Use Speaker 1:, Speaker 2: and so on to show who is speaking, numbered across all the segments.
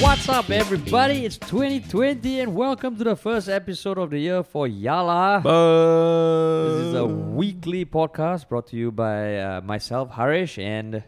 Speaker 1: What's up, everybody? It's 2020, and welcome to the first episode of the year for Yala. This is a weekly podcast brought to you by uh, myself, Harish, and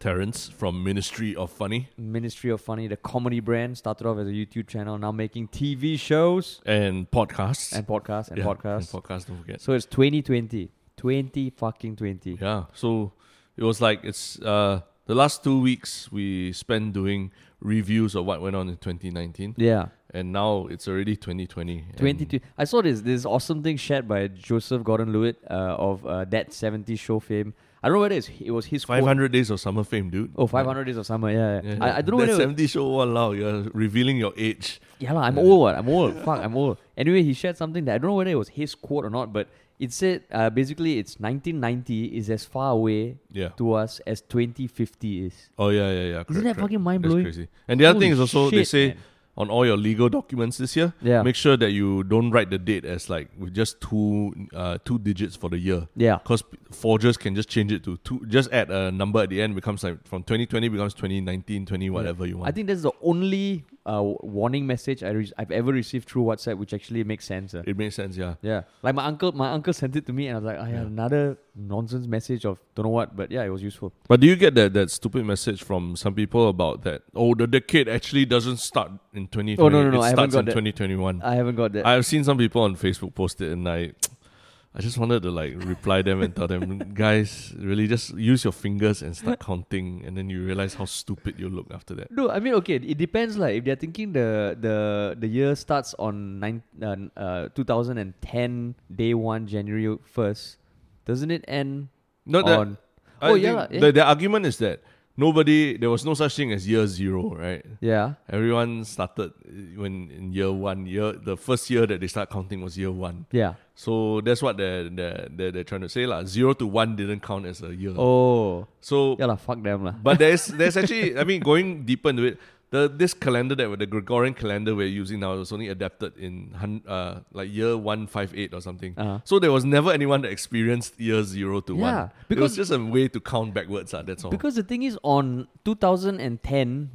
Speaker 2: Terrence from Ministry of Funny
Speaker 1: Ministry of Funny, the comedy brand. Started off as a YouTube channel, now making TV shows
Speaker 2: and podcasts.
Speaker 1: and podcasts and
Speaker 2: Yeah,
Speaker 1: podcasts.
Speaker 2: And podcasts, don't forget.
Speaker 1: so it's 2020. 20 fucking 20.
Speaker 2: Yeah. So it was like it's uh the last two weeks we spent doing reviews of what went on in 2019,
Speaker 1: Yeah.
Speaker 2: and now it's already 2020. and-
Speaker 1: 22. I saw this this awesome thing shared by Joseph Gordon-Levitt uh, of uh, that 70 show fame. I don't know what it is. It was his quote.
Speaker 2: 500 days of summer fame, dude.
Speaker 1: Oh, 500 days of summer. Yeah, yeah.
Speaker 2: Yeah,
Speaker 1: I, I don't know whether.
Speaker 2: That
Speaker 1: it was-
Speaker 2: 70 show, wow, you're revealing your age.
Speaker 1: Yeah, lah, I'm old. what, I'm old. Fuck, I'm old. Anyway, he shared something that I don't know whether it was his quote or not, but it said uh, basically it's 1990 is as far away
Speaker 2: Yeah.
Speaker 1: to us as 2050 is.
Speaker 2: Oh yeah, yeah, yeah. Correct,
Speaker 1: that
Speaker 2: correct.
Speaker 1: fucking
Speaker 2: That's
Speaker 1: mind-blowing?
Speaker 2: crazy. And the other thing is
Speaker 1: Holy
Speaker 2: also they
Speaker 1: shit,
Speaker 2: say
Speaker 1: man.
Speaker 2: on all your legal documents this year,
Speaker 1: Yeah.
Speaker 2: make sure that you don't write the date as like with just two uh, two digits for the year.
Speaker 1: Yeah.
Speaker 2: Because forgers can just change it to two. Just add a number at the end becomes like from 2020 becomes 2019, 20 whatever you want.
Speaker 1: I think that's the only uh, warning message I re- I've ever received through WhatsApp, which actually makes sense. uh.
Speaker 2: it makes sense. Yeah.
Speaker 1: Yeah, like my uncle, my uncle sent it to me, and I was like, I had another nonsense message of don't know what, but yeah, it was useful.
Speaker 2: But do you get that that stupid message from some people about that? Oh, the decade actually doesn't start in 2020.
Speaker 1: Oh, no, no,
Speaker 2: it
Speaker 1: no, I haven't
Speaker 2: starts
Speaker 1: got
Speaker 2: in
Speaker 1: that.
Speaker 2: 2021.
Speaker 1: I haven't got that.
Speaker 2: I've seen some people on Facebook post it, and I, I just wanted to like reply them and tell them, guys, really just use your fingers and start counting, and then you realize how stupid you look after that.
Speaker 1: No, I mean okay. It depends, like if they're thinking the the the year starts on nine uh, uh, 2010 day one January first, doesn't it end
Speaker 2: Not that.
Speaker 1: on?
Speaker 2: I
Speaker 1: oh
Speaker 2: think
Speaker 1: yeah, yeah,
Speaker 2: The, the argument is that nobody, there was no such thing as year zero, right?
Speaker 1: yeah.
Speaker 2: Everyone started uh, when in year one. Year the first year that they start counting was year one.
Speaker 1: yeah.
Speaker 2: So that's what they're they're, they're, they're trying to say lah. Zero to one didn't count as a year.
Speaker 1: Oh,
Speaker 2: So
Speaker 1: yeah lah. Fuck them lah.
Speaker 2: But there's there's actually I mean going deeper into it, the this calendar that we- the Gregorian calendar we're using now was only adapted in hun, uh, like year one five eight or something.
Speaker 1: Uh-huh.
Speaker 2: So there was never anyone that experienced year zero to
Speaker 1: Yeah,
Speaker 2: one. Because it
Speaker 1: because-
Speaker 2: was just a way to count backwards. Uh, that's all.
Speaker 1: Because the thing is, on 2010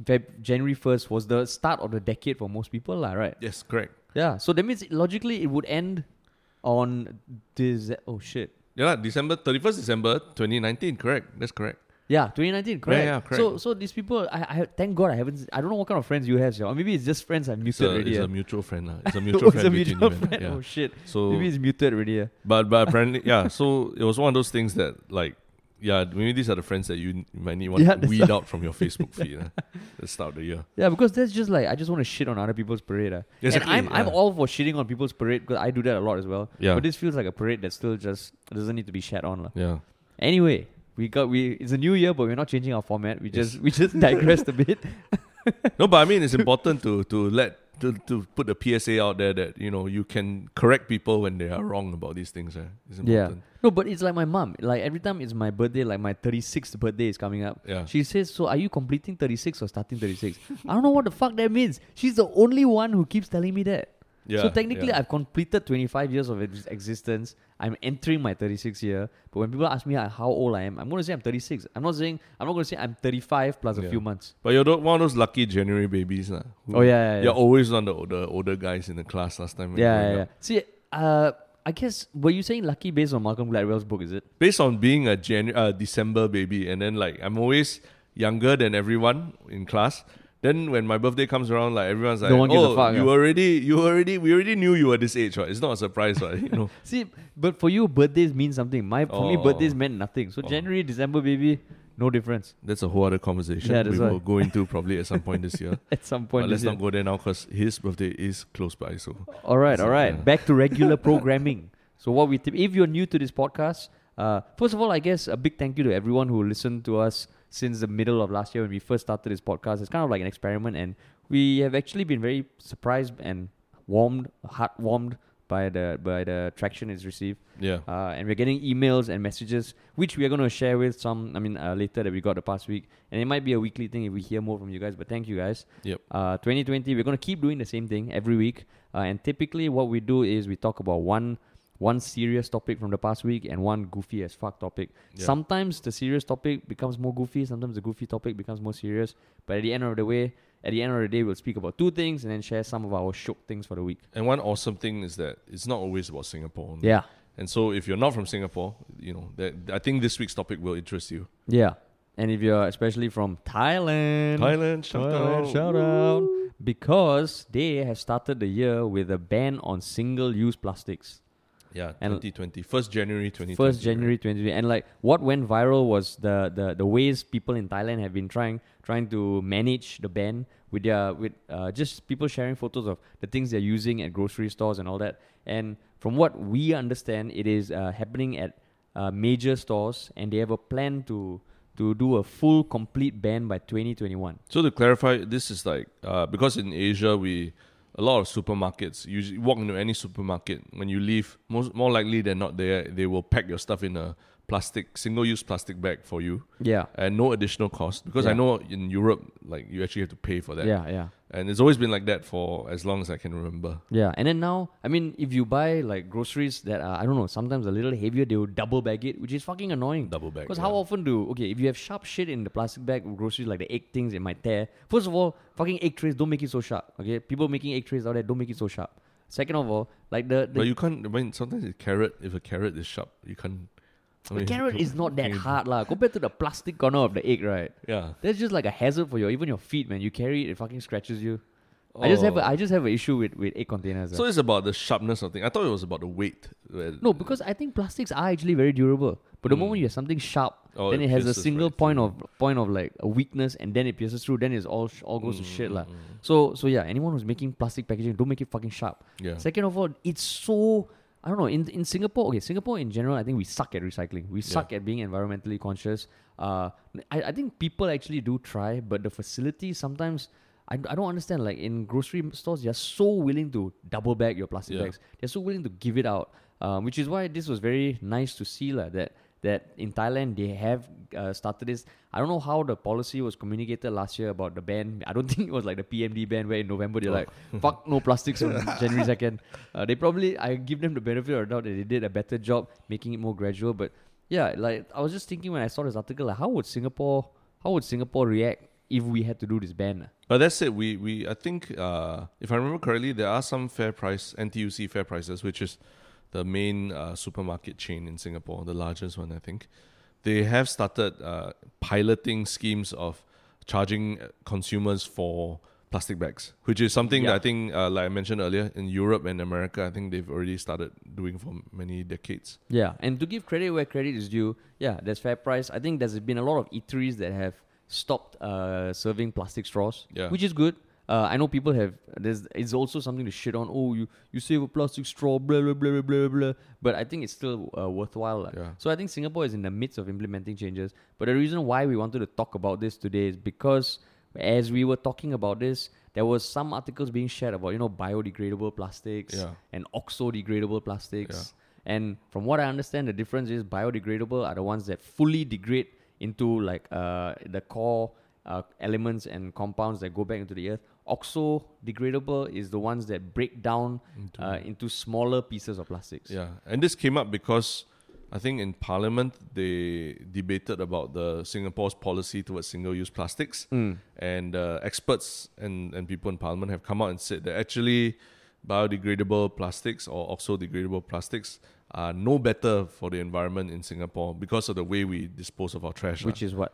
Speaker 1: Feb- January first was the start of the decade for most people lah, right?
Speaker 2: yes, correct.
Speaker 1: Yeah. So that means logically it would end on this. Oh shit.
Speaker 2: Yeah, lah, December thirty first December twenty nineteen. Correct. That's correct.
Speaker 1: Yeah, 2019, correct.
Speaker 2: yeah, correct.
Speaker 1: So, so these people, I, I thank God I haven't. I don't know what kind of friends you have, so or maybe it's just friends I
Speaker 2: It's,
Speaker 1: muted
Speaker 2: a,
Speaker 1: already.
Speaker 2: it's
Speaker 1: yeah.
Speaker 2: a mutual friend. lah. It's a
Speaker 1: Oh,
Speaker 2: mutual
Speaker 1: it's
Speaker 2: friend.
Speaker 1: a
Speaker 2: between
Speaker 1: mutual
Speaker 2: you and-
Speaker 1: friend.
Speaker 2: yeah.
Speaker 1: Oh shit!
Speaker 2: So
Speaker 1: maybe it's muted already. Yeah.
Speaker 2: But but apparently, yeah. So it was one of those things that like, yeah. Maybe these are the friends that you n- might need want
Speaker 1: Yeah,
Speaker 2: to
Speaker 1: that's
Speaker 2: weed out from your Facebook feed. eh, at the start of the year.
Speaker 1: Yeah, because that's just like I just want to shit on other people's parade. ah.
Speaker 2: Exactly,
Speaker 1: and I'm I'm
Speaker 2: yeah.
Speaker 1: all for shitting on people's parade because I do that a lot as well.
Speaker 2: Yeah.
Speaker 1: But this feels like a parade that still just doesn't need to be shat on. lah.
Speaker 2: Yeah.
Speaker 1: Anyway, we got we it's a new year, but we're not changing our format. We just we just digressed a bit.
Speaker 2: No, but I mean, it's important to to let to, to put the PSA out there that you know you can correct people when they are wrong about these things. Eh? It's
Speaker 1: Yeah.
Speaker 2: important.
Speaker 1: No, but it's like my mom. Like every time it's my birthday, like my 36th birthday is coming up.
Speaker 2: Yeah.
Speaker 1: She says, So are you completing 36 or starting 36? I don't know what the fuck that means. She's the only one who keeps telling me that.
Speaker 2: Yeah,
Speaker 1: so technically,
Speaker 2: yeah.
Speaker 1: I've completed 25 years of ex- existence. I'm entering my 36 year. But when people ask me uh, how old I am, I'm going to say I'm 36. I'm not saying, I'm not going to say I'm 35 plus a
Speaker 2: Yeah.
Speaker 1: few months.
Speaker 2: But you're the- one of those lucky January babies, lah. who-
Speaker 1: Oh, yeah, yeah, yeah.
Speaker 2: You're always one of the older, older guys in the class last time. when
Speaker 1: Yeah,
Speaker 2: growing
Speaker 1: yeah, yeah.
Speaker 2: up.
Speaker 1: See, uh, I guess, were you saying lucky based on Malcolm Gladwell's book, is it?
Speaker 2: Based on being a Janu- uh, December baby, and then like I'm always younger than everyone in class. Then when my birthday comes around, like everyone's like,
Speaker 1: No one gives a
Speaker 2: "Oh,
Speaker 1: fuck,
Speaker 2: you
Speaker 1: ah."
Speaker 2: already, you already, we already knew you were this age, right? It's not a surprise, right? You know,
Speaker 1: See, but for you, birthdays mean something. My for me,
Speaker 2: Oh.
Speaker 1: birthdays meant nothing. So January, December, baby, no difference
Speaker 2: that's a whole other conversation
Speaker 1: Yeah, that's
Speaker 2: we
Speaker 1: why.
Speaker 2: will go into probably at some point this year.
Speaker 1: at some
Speaker 2: But
Speaker 1: point.
Speaker 2: let's
Speaker 1: this
Speaker 2: not
Speaker 1: year.
Speaker 2: go there now because his birthday is close by. So
Speaker 1: All right,
Speaker 2: So,
Speaker 1: all right.
Speaker 2: yeah.
Speaker 1: Back to regular programming. So what we tip, if you're new to this podcast, uh, first of all, I guess a big thank you to everyone who listened to us since the middle of last year when we first started this podcast. It's kind of like an experiment, and we have actually been very surprised and warmed, heart warmed by the by the traction it's received.
Speaker 2: yeah,
Speaker 1: uh, and we're getting emails and messages which we are going to share with some i mean uh, later that we got the past week and it might be a weekly thing if we hear more from you guys but thank you guys
Speaker 2: Yep.
Speaker 1: uh, 2020 we're going to keep doing the same thing every week uh, and typically what we do is we talk about one one serious topic from the past week and one goofy as fuck topic
Speaker 2: Yeah.
Speaker 1: sometimes the serious topic becomes more goofy sometimes the goofy topic becomes more serious but at the end of the way At the end of the day, we'll speak about two things and then share some of our shook things for the week.
Speaker 2: And one awesome thing is that it's not always about Singapore. only.
Speaker 1: Yeah.
Speaker 2: And so if you're not from Singapore, you know, that, I think this week's topic will interest you.
Speaker 1: Yeah. And if you're especially from Thailand,
Speaker 2: Thailand, shout
Speaker 1: Thailand,
Speaker 2: out.
Speaker 1: shout out. Because they have started the year with a ban on single use plastics.
Speaker 2: Yeah,
Speaker 1: And-
Speaker 2: 2020. 1st January 2020.
Speaker 1: First
Speaker 2: right?
Speaker 1: January 2020, and like what went viral was the, the the ways people in Thailand have been trying trying to manage the ban with their with uh, just people sharing photos of the things they're using at grocery stores and all that. And from what we understand, it is uh, happening at uh, major stores, and they have a plan to to do a full complete ban by 2021.
Speaker 2: So to clarify, this is like uh, because in Asia we a lot of supermarkets. You s- walk into any supermarket when you leave, most more likely than not, they they will pack your stuff in a plastic single-use plastic bag for you
Speaker 1: Yeah,
Speaker 2: and no additional cost because I
Speaker 1: Yeah.
Speaker 2: know in Europe like you actually have to pay for that.
Speaker 1: yeah, yeah.
Speaker 2: And it's always been like that for as long as I can remember.
Speaker 1: Yeah, and then now, I mean, if you buy like groceries that are, I don't know, sometimes a little heavier, they will double bag it, which is fucking annoying.
Speaker 2: Double bag,
Speaker 1: Because
Speaker 2: yeah.
Speaker 1: how often do, okay, if you have sharp shit in the plastic bag of groceries, like the egg things, it might tear. First of all, fucking egg trays, don't make it so sharp, okay? People making egg trays out there, don't make it so sharp. Second of all, like the, the
Speaker 2: But you can't. I mean, sometimes a carrot. If a carrot is sharp, you can't. I
Speaker 1: the
Speaker 2: mean,
Speaker 1: carrot is not that
Speaker 2: you-
Speaker 1: hard, lah. compared to the plastic corner of the egg, right?
Speaker 2: Yeah.
Speaker 1: That's just like a hazard for your, even your feet, man. You carry it, it fucking scratches you. I just have
Speaker 2: Oh.
Speaker 1: a, I just have an issue with, with egg containers. ah.
Speaker 2: So it's about the sharpness of thing. I thought it was about the weight. where-
Speaker 1: No, because I think plastics are actually very durable. But the
Speaker 2: Mm.
Speaker 1: moment you have something sharp,
Speaker 2: Oh,
Speaker 1: then
Speaker 2: it
Speaker 1: it, has a
Speaker 2: pierces
Speaker 1: single
Speaker 2: right
Speaker 1: point
Speaker 2: through.
Speaker 1: of point of like a weakness, and then it pierces through. Then it's all sh- all goes to
Speaker 2: Mm,
Speaker 1: shit
Speaker 2: mm,
Speaker 1: lah.
Speaker 2: mm.
Speaker 1: So so yeah, anyone who's making plastic packaging, don't make it fucking sharp.
Speaker 2: Yeah.
Speaker 1: Second of all, it's so I don't know. In in Singapore, okay, Singapore in general, I think we suck at recycling. We suck at being environmentally conscious. Uh, I, I think people actually do try, but the facilities sometimes. I, I don't understand. Like in grocery stores, they're so willing to double bag your plastic
Speaker 2: Yeah.
Speaker 1: bags. They're so willing to give it out, um, which is why this was very nice to see lah. that that in Thailand they have uh, started this. I don't know how the policy was communicated last year about the ban. I don't think it was like the PMD ban where in November they're like, fuck no plastics on January 2nd. Uh, they probably, I give them the benefit of the doubt that they did a better job making it more gradual. But yeah, like I was just thinking when I saw this article, like how would Singapore, how would Singapore react if we had to do this ban?
Speaker 2: But that's it. We we I think uh, if I remember correctly, there are some fair price NTUC fair prices, which is the main uh, supermarket chain in Singapore, the largest one, I think. They have started uh, piloting schemes of charging uh, consumers for plastic bags, which is something
Speaker 1: Yeah.
Speaker 2: that I think, uh, like I mentioned earlier, in Europe and America, I think they've already started doing for many decades.
Speaker 1: Yeah, and to give credit where credit is due, yeah, there's fair price. I think there's been a lot of eateries that have stopped uh, serving plastic straws,
Speaker 2: Yeah.
Speaker 1: which is good. Uh, I know people have. There's it's also something to shit on. Oh, you you save a plastic straw, blah blah blah blah blah blah. But I think it's still uh, worthwhile. lah.
Speaker 2: Yeah.
Speaker 1: So I think Singapore is in the midst of implementing changes. But the reason why we wanted to talk about this today is because as we were talking about this, there was some articles being shared about you know biodegradable plastics
Speaker 2: Yeah.
Speaker 1: and oxo-degradable plastics. And from what I understand, the difference is biodegradable are the ones that fully degrade into like uh, the core uh, elements and compounds that go back into the earth. Oxo-degradable is the ones that break down into, uh, into smaller pieces of plastics.
Speaker 2: Yeah, and this came up because I think in Parliament they debated about the Singapore's policy towards single-use plastics, and uh, experts and and people in Parliament have come out and said that actually biodegradable plastics or oxo-degradable plastics are no better for the environment in Singapore because of the way we dispose of our trash, which,
Speaker 1: Which is what?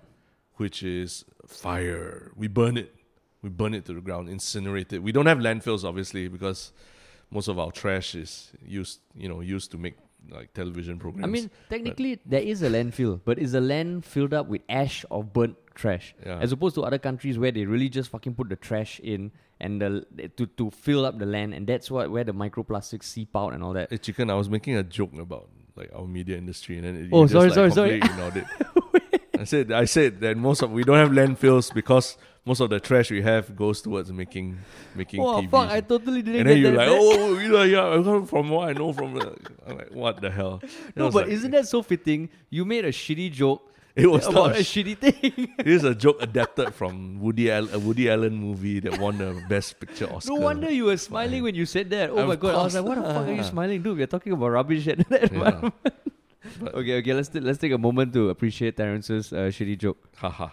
Speaker 2: which is fire. We burn it. We burn it to the ground, incinerate it. We don't have landfills, obviously, because most of our trash is used, you know, used to make like television programs.
Speaker 1: I mean, technically, there is a landfill, but is a land filled up with ash of burnt trash,
Speaker 2: Yeah.
Speaker 1: as opposed to other countries where they really just fucking put the trash in and the, to to fill up the land, and that's what where the microplastics seep out and all that.
Speaker 2: Hey, chicken. I was making a joke about like our media industry, and then it, you
Speaker 1: Oh,
Speaker 2: just,
Speaker 1: sorry,
Speaker 2: like,
Speaker 1: sorry, sorry.
Speaker 2: completely ignored it. I said, I said that most of we don't have landfills because most of the trash we have goes towards making making
Speaker 1: Oh
Speaker 2: TVs.
Speaker 1: fuck! I totally didn't.
Speaker 2: and then
Speaker 1: get
Speaker 2: you're
Speaker 1: that.
Speaker 2: like,
Speaker 1: That-
Speaker 2: oh, yeah, yeah. I come From what I know, from uh, I'm like, what the hell? Then oh, I
Speaker 1: no,
Speaker 2: was
Speaker 1: but
Speaker 2: like,
Speaker 1: isn't that so fitting? You made a shitty joke.
Speaker 2: It was not
Speaker 1: about
Speaker 2: a
Speaker 1: a shitty thing.
Speaker 2: It is a joke adapted from Woody Allen, a Woody Allen movie that won the Best Picture Oscar.
Speaker 1: no wonder you were smiling when you said that. Oh
Speaker 2: Of
Speaker 1: my god! I was
Speaker 2: course
Speaker 1: like, what the fuck are you
Speaker 2: lah.
Speaker 1: smiling, dude? We're talking about rubbish and that.
Speaker 2: Yeah. But-
Speaker 1: Okay, okay. Let's t- let's take a moment to appreciate Terrence's uh, shitty joke.
Speaker 2: Haha.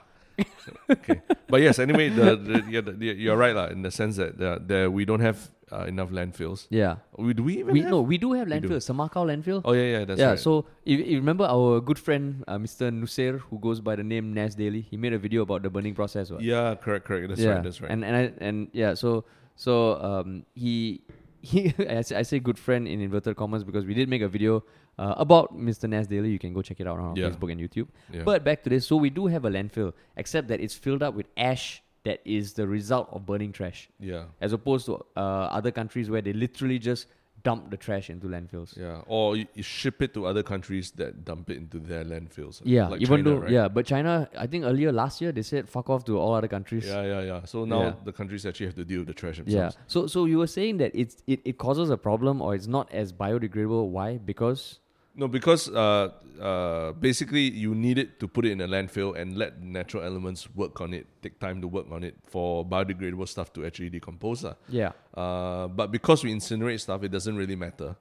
Speaker 2: okay, but yes. Anyway, the, the, yeah, the, the- you're right lah. In the sense that uh, there we don't have uh, enough landfills.
Speaker 1: Yeah.
Speaker 2: We, do we even
Speaker 1: We
Speaker 2: have?
Speaker 1: no, we do have
Speaker 2: We do.
Speaker 1: landfill, Samakau landfill.
Speaker 2: Oh yeah, yeah. That's
Speaker 1: yeah,
Speaker 2: right.
Speaker 1: so if, if you remember our good friend uh, Mr. Nusair, who goes by the name Nas Daily, he made a video about the burning process. What?
Speaker 2: yeah, correct, correct. That's right. That's right.
Speaker 1: And and I, and yeah, so so um he he I, say, I say good friend in inverted commas because we did make a video uh, about Mr. Nas Daily. You can go check it out on our
Speaker 2: Yeah.
Speaker 1: Facebook and YouTube.
Speaker 2: Yeah.
Speaker 1: But back to this, so we do have a landfill, except that it's filled up with ash that is the result of burning trash,
Speaker 2: yeah,
Speaker 1: as opposed to uh, other countries where they literally just dump the trash into landfills.
Speaker 2: yeah. Or you, you ship it to other countries that dump it into their landfills.
Speaker 1: Yeah,
Speaker 2: like
Speaker 1: even
Speaker 2: China,
Speaker 1: though
Speaker 2: right?
Speaker 1: yeah, but China, I think earlier last year they said fuck off to all other countries.
Speaker 2: Yeah, yeah, yeah. So now
Speaker 1: Yeah.
Speaker 2: the countries actually have to deal with the trash
Speaker 1: Yeah.
Speaker 2: themselves.
Speaker 1: So so you were saying that it's it, it causes a problem or it's not as biodegradable. Why? Because
Speaker 2: No, because uh, uh, basically you need it to put it in a landfill and let natural elements work on it, take time to work on it for biodegradable stuff to actually decompose. lah.
Speaker 1: yeah.
Speaker 2: Uh, but because we incinerate stuff, it doesn't really matter.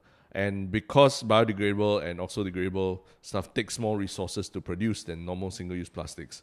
Speaker 2: And because biodegradable and also degradable stuff takes more resources to produce than normal single use plastics.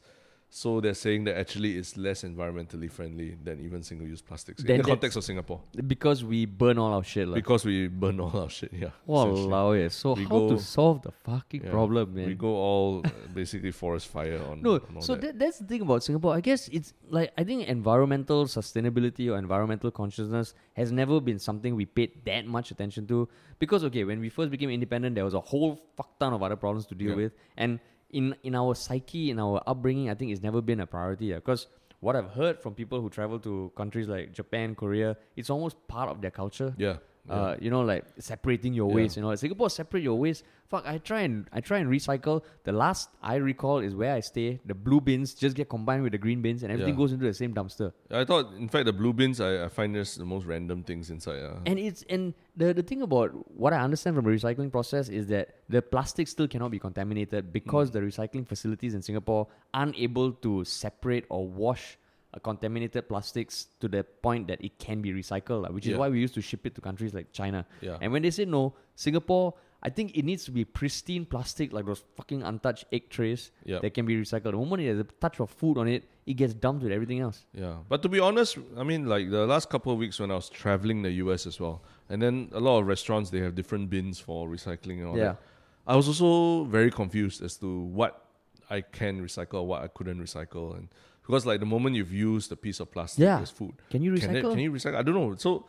Speaker 2: So they're saying that actually it's less environmentally friendly than even single use plastics
Speaker 1: Then
Speaker 2: in the
Speaker 1: that's-
Speaker 2: context of Singapore.
Speaker 1: Because we burn all our shit. Like,
Speaker 2: Because we burn all our shit, yeah. essentially.
Speaker 1: Walao eh. So
Speaker 2: We
Speaker 1: how
Speaker 2: go-
Speaker 1: to solve the fucking
Speaker 2: Yeah.
Speaker 1: problem, man?
Speaker 2: We go all uh, basically forest fire on.
Speaker 1: no,
Speaker 2: on all
Speaker 1: so
Speaker 2: that.
Speaker 1: that, that's the thing about Singapore. I guess it's like I think environmental sustainability or environmental consciousness has never been something we paid that much attention to. Because okay, when we first became independent, there was a whole fuck ton of other problems to deal
Speaker 2: Yeah.
Speaker 1: with, and in in our psyche, in our upbringing, I think it's never been a priority. Because what I've heard from people who travel to countries like Japan, Korea, it's almost part of their culture.
Speaker 2: yeah, yeah.
Speaker 1: Uh, you know, like separating your
Speaker 2: Yeah.
Speaker 1: waste. You know, Singapore separate your waste. Fuck, I try and I try and recycle. The last I recall is where I stay. The blue bins just get combined with the green bins, and everything
Speaker 2: Yeah.
Speaker 1: goes into the same dumpster.
Speaker 2: I thought, in fact, the blue bins. I, I find this the most random things inside. Uh.
Speaker 1: And it's and the the thing about what I understand from the recycling process is that the plastic still cannot be contaminated because
Speaker 2: Mm.
Speaker 1: the recycling facilities in Singapore aren't able to separate or wash. uh, Contaminated plastics to the point that it can be recycled, lah, which is
Speaker 2: Yeah.
Speaker 1: why we used to ship it to countries like China.
Speaker 2: Yeah.
Speaker 1: And when they say no, Singapore, I think it needs to be pristine plastic, like those fucking untouched egg trays
Speaker 2: Yep.
Speaker 1: that can be recycled. The moment there's a touch of food on it, it gets dumped with everything else.
Speaker 2: Yeah, but to be honest, I mean, like the last couple of weeks when I was traveling the US as well, and then a lot of restaurants they have different bins for recycling and all
Speaker 1: Yeah.
Speaker 2: that. I was also very confused as to what I can recycle, or what I couldn't recycle, and because like the moment you've used a piece of plastic
Speaker 1: Yeah.
Speaker 2: as food,
Speaker 1: Can you
Speaker 2: Can, it-
Speaker 1: recycle?
Speaker 2: can you recycle? I don't know. So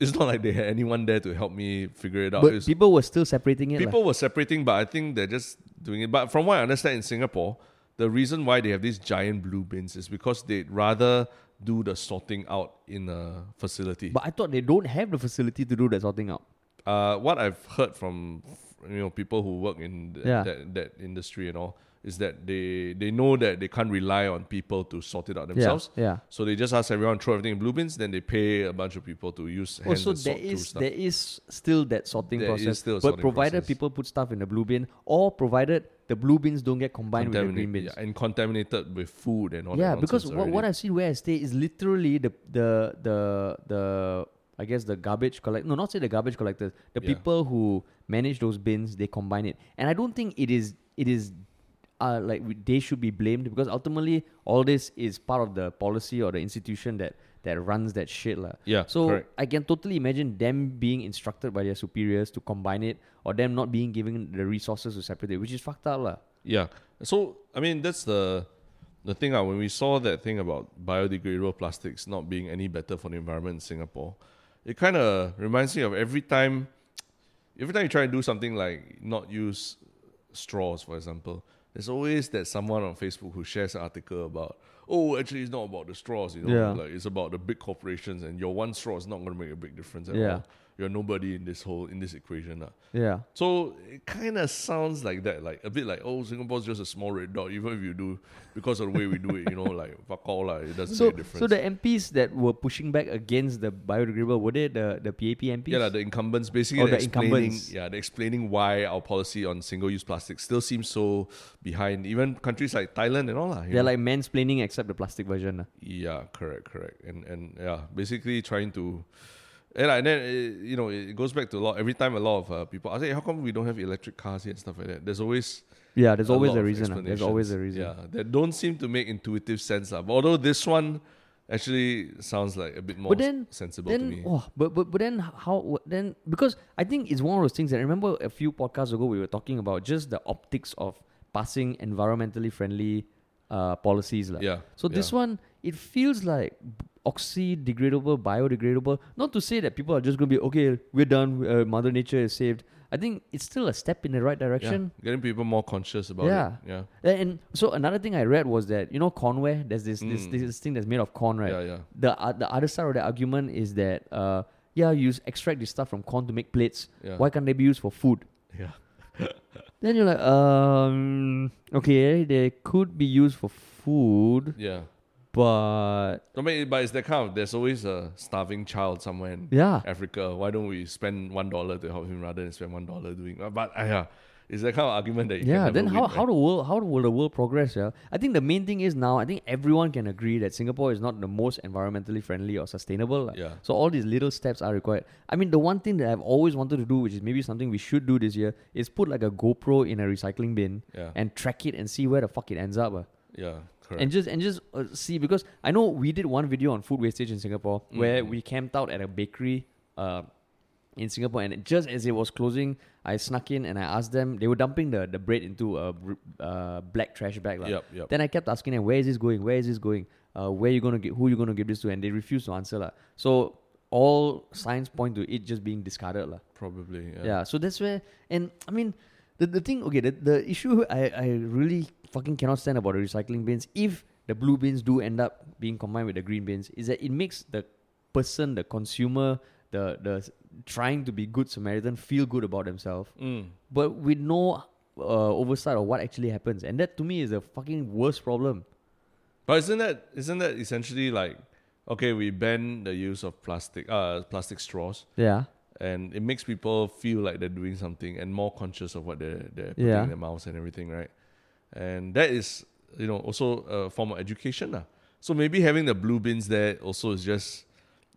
Speaker 2: it's not like they had anyone there to help me figure it out.
Speaker 1: but
Speaker 2: It's-
Speaker 1: people were still separating it. lah.
Speaker 2: people were separating, but I think they're just doing it. But from what I understand in Singapore, the reason why they have these giant blue bins is because they'd rather do the sorting out in a facility.
Speaker 1: But I thought they don't have the facility to do that sorting out.
Speaker 2: uh, what I've heard from you know people who work in th-
Speaker 1: Yeah.
Speaker 2: that, that industry and all is that they they know that they can't rely on people to sort it out themselves.
Speaker 1: Yeah.
Speaker 2: So they just ask everyone to throw everything in blue bins, then they pay a bunch of people to use
Speaker 1: Oh,
Speaker 2: hands
Speaker 1: so
Speaker 2: and
Speaker 1: there
Speaker 2: sort through
Speaker 1: is
Speaker 2: stuff.
Speaker 1: there is still that sorting
Speaker 2: There
Speaker 1: process.
Speaker 2: is still a
Speaker 1: but
Speaker 2: sorting
Speaker 1: provided
Speaker 2: process.
Speaker 1: people put stuff in the blue bin, or provided the blue bins don't get combined with the green
Speaker 2: Contaminate-
Speaker 1: bins.
Speaker 2: yeah, and contaminated with food and all that
Speaker 1: yeah because
Speaker 2: nonsense
Speaker 1: what, what
Speaker 2: already.
Speaker 1: i've seen where i stay is literally the the the the i guess the garbage collect no not say the garbage collectors the
Speaker 2: Yeah.
Speaker 1: people who manage those bins they combine it and i don't think it is it is uh, like we- they should be blamed because ultimately all this is part of the policy or the institution that that runs that shit lah.
Speaker 2: Yeah,
Speaker 1: so
Speaker 2: correct.
Speaker 1: i can totally imagine them being instructed by their superiors to combine it or them not being given the resources to separate it which is fucked up lah.
Speaker 2: Yeah. So I mean that's the the thing uh, when we saw that thing about biodegradable plastics not being any better for the environment in Singapore, it kind of reminds me of every time every time you try to do something like not use straws for example, there's always that someone on Facebook who shares an article about oh actually it's not about the straws, you know,
Speaker 1: Yeah.
Speaker 2: like it's about the big corporations and your one straw is not going to make a big difference at
Speaker 1: Yeah.
Speaker 2: all. You're nobody in this whole in this equation. Uh.
Speaker 1: yeah
Speaker 2: So it kind of sounds like that, like a bit like, oh, Singapore's just a small red dot, even if you do, because of the way we do it, you know, like, fuck all, lah, it doesn't
Speaker 1: So,
Speaker 2: make a difference.
Speaker 1: so the MPs that were pushing back against the biodegradable were they the, the PAP MPs?
Speaker 2: yeah, lah, the incumbents basically
Speaker 1: Oh,
Speaker 2: they're
Speaker 1: the
Speaker 2: explaining,
Speaker 1: incumbents.
Speaker 2: yeah, they're explaining why our policy on single-use plastic still seems so behind, even countries like Thailand and all lah. you
Speaker 1: They're
Speaker 2: know.
Speaker 1: like mansplaining except the plastic version. ah. lah.
Speaker 2: yeah, correct, correct, and and yeah, basically trying to And, like, then, it, you know, it goes back to a lot. Every time a lot of uh, people ask, hey, how come we don't have electric cars here and stuff like that? There's always
Speaker 1: Yeah, there's
Speaker 2: a
Speaker 1: always
Speaker 2: lot
Speaker 1: a
Speaker 2: of
Speaker 1: reason. ah. There's always a
Speaker 2: explanations.
Speaker 1: reason.
Speaker 2: Yeah, that don't seem to make intuitive sense. lah. But although this one actually sounds like a bit more
Speaker 1: But then-
Speaker 2: s- sensible to
Speaker 1: Then,
Speaker 2: me.
Speaker 1: oh, but but but then how wh- then because I think it's one of those things that I remember a few podcasts ago we were talking about just the optics of passing environmentally friendly uh, policies, lah.
Speaker 2: yeah.
Speaker 1: So this
Speaker 2: yeah.
Speaker 1: one, it feels like b- oxy-degradable, biodegradable. Not to say that people are just going to be okay. We're done. Uh, Mother Nature is saved. I think it's still a step in the right direction.
Speaker 2: Yeah. Getting people more conscious about
Speaker 1: Yeah.
Speaker 2: it. Yeah.
Speaker 1: A- And, so another thing I read was that you know cornware. There's this this,
Speaker 2: Mm.
Speaker 1: this this thing that's made of corn, right?
Speaker 2: Yeah, yeah.
Speaker 1: The uh, the other side of the argument is that uh, yeah, you s- extract this stuff from corn to make plates.
Speaker 2: Yeah.
Speaker 1: Why can't they be used for food?
Speaker 2: Yeah.
Speaker 1: Then you're like, um, okay, they could be used for food,
Speaker 2: Yeah.
Speaker 1: but
Speaker 2: I mean, but it's that kind of, there's always a starving child somewhere in
Speaker 1: yeah,
Speaker 2: Africa. Why don't we spend one dollar to help him rather than spend one dollar doing? uh, But uh, yeah, it's that kind of argument that you can
Speaker 1: yeah
Speaker 2: never
Speaker 1: then how,
Speaker 2: win,
Speaker 1: how the world how will the world progress yeah i think the main thing is now i think everyone can agree that singapore is not the most environmentally friendly or sustainable lah.
Speaker 2: right? yeah
Speaker 1: so all these little steps are required i mean the one thing that i've always wanted to do which is maybe something we should do this year is put like a gopro in a recycling bin
Speaker 2: yeah
Speaker 1: and track it and see where the fuck it ends up ah.
Speaker 2: yeah correct
Speaker 1: and just and just uh, see because i know we did one video on food wastage in singapore where
Speaker 2: Mm.
Speaker 1: we camped out at a bakery uh, in singapore and just as it was closing i snuck in and i asked them they were dumping the, the bread into a r- uh, black trash bag lah.
Speaker 2: yep yep
Speaker 1: Then I kept asking them, where is this going? Where is this going? Uh, where you gonna get? Who you gonna give this to? And they refused to answer lah. So all signs point to it just being discarded lah.
Speaker 2: probably
Speaker 1: Yeah.
Speaker 2: yeah
Speaker 1: So that's where, and I mean, the, the thing, okay, the, the issue I, I really fucking cannot stand about the recycling bins, if the blue bins do end up being combined with the green bins, is that it makes the person, the consumer, the the s- trying to be good Samaritan feel good about themselves,
Speaker 2: Mm.
Speaker 1: but with no uh, oversight of what actually happens, and that to me is the fucking worst problem.
Speaker 2: But isn't that isn't that essentially like okay, we ban the use of plastic uh plastic straws
Speaker 1: Yeah.
Speaker 2: and it makes people feel like they're doing something and more conscious of what they're they're putting
Speaker 1: Yeah.
Speaker 2: in their mouths and everything, right? And that is you know also a form of education lah. So maybe having the blue bins there also is just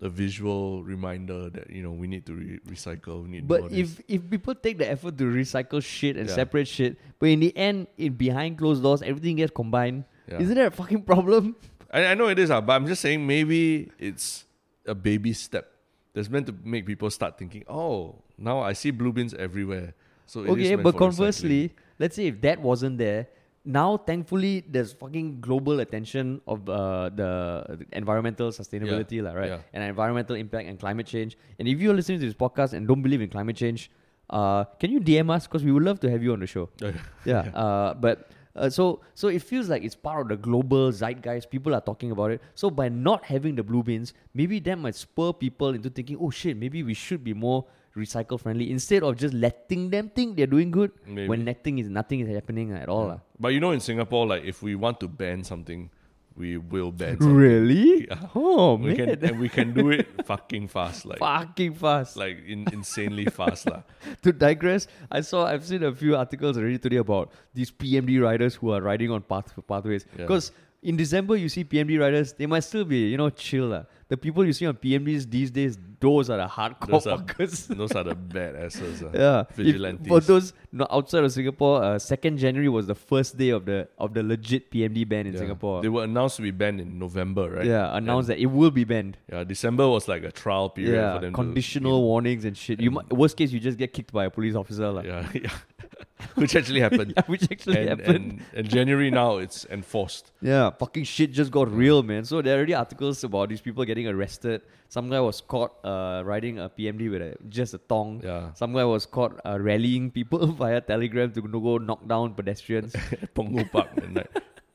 Speaker 2: a visual reminder that you know we need to re- recycle. We need to do all
Speaker 1: But
Speaker 2: this.
Speaker 1: if if people take the effort to recycle shit and
Speaker 2: Yeah.
Speaker 1: separate shit, but in the end, it behind closed doors, everything gets combined.
Speaker 2: Yeah.
Speaker 1: Isn't that a fucking problem?
Speaker 2: I, I know it is, ah, but I'm just saying maybe it's a baby step that's meant to make people start thinking, oh, now I see blue bins everywhere. So it is
Speaker 1: okay,
Speaker 2: meant
Speaker 1: but
Speaker 2: for
Speaker 1: conversely, let's say if that wasn't there, now thankfully there's fucking global attention of uh, the the environmental sustainability, lah, right?
Speaker 2: yeah.
Speaker 1: And environmental impact and climate change. And if you're listening to this podcast and don't believe in climate change, uh, can you DM us because we would love to have you on the show.
Speaker 2: recycling.
Speaker 1: yeah. Uh, but uh, so so it feels like it's part of the global zeitgeist. People are talking about it. So by not having the blue bins, maybe that might spur people into thinking, oh shit, maybe we should be more recycle friendly instead of just letting them think they're doing good
Speaker 2: Maybe.
Speaker 1: when nothing is nothing is happening at all. ah. lah.
Speaker 2: But you know, in Singapore, like if we want to ban something, we will ban. Something.
Speaker 1: Really?
Speaker 2: Yeah.
Speaker 1: Oh man,
Speaker 2: We can and we can do it fucking fast, like
Speaker 1: fucking fast.
Speaker 2: like in, insanely fast, lah.
Speaker 1: to digress, I saw I've seen a few articles already today about these PMD riders who are riding on path pathways.
Speaker 2: Yeah.
Speaker 1: Because in December you see PMD riders, they might still be you know chill. lah. The people you see on PMDs these days, those are the hardcore
Speaker 2: Those are-
Speaker 1: fuckers.
Speaker 2: Those are the bad asses. ah. lah.
Speaker 1: yeah, If-
Speaker 2: vigilantes.
Speaker 1: for those not outside of Singapore, uh, second January was the first day of the of the legit PMD ban in
Speaker 2: Yeah.
Speaker 1: Singapore.
Speaker 2: They were announced to be banned in November, right?
Speaker 1: Yeah, announced that it will be banned.
Speaker 2: Yeah, December was like a trial period for
Speaker 1: Yeah,
Speaker 2: them.
Speaker 1: conditional
Speaker 2: to,
Speaker 1: warnings and shit. You
Speaker 2: and-
Speaker 1: might, worst case, you just get kicked by a police officer, lah.
Speaker 2: Yeah, yeah. Which actually happened.
Speaker 1: which actually
Speaker 2: and,
Speaker 1: happened.
Speaker 2: And, and January now it's enforced.
Speaker 1: Yeah, fucking shit just got real, man. So there are already articles about these people getting arrested. Some guy was caught uh, riding a PMD with a, just a thong.
Speaker 2: Yeah.
Speaker 1: Some guy was caught uh, rallying people via Telegram to go knock down pedestrians.
Speaker 2: At Punggol Park and like.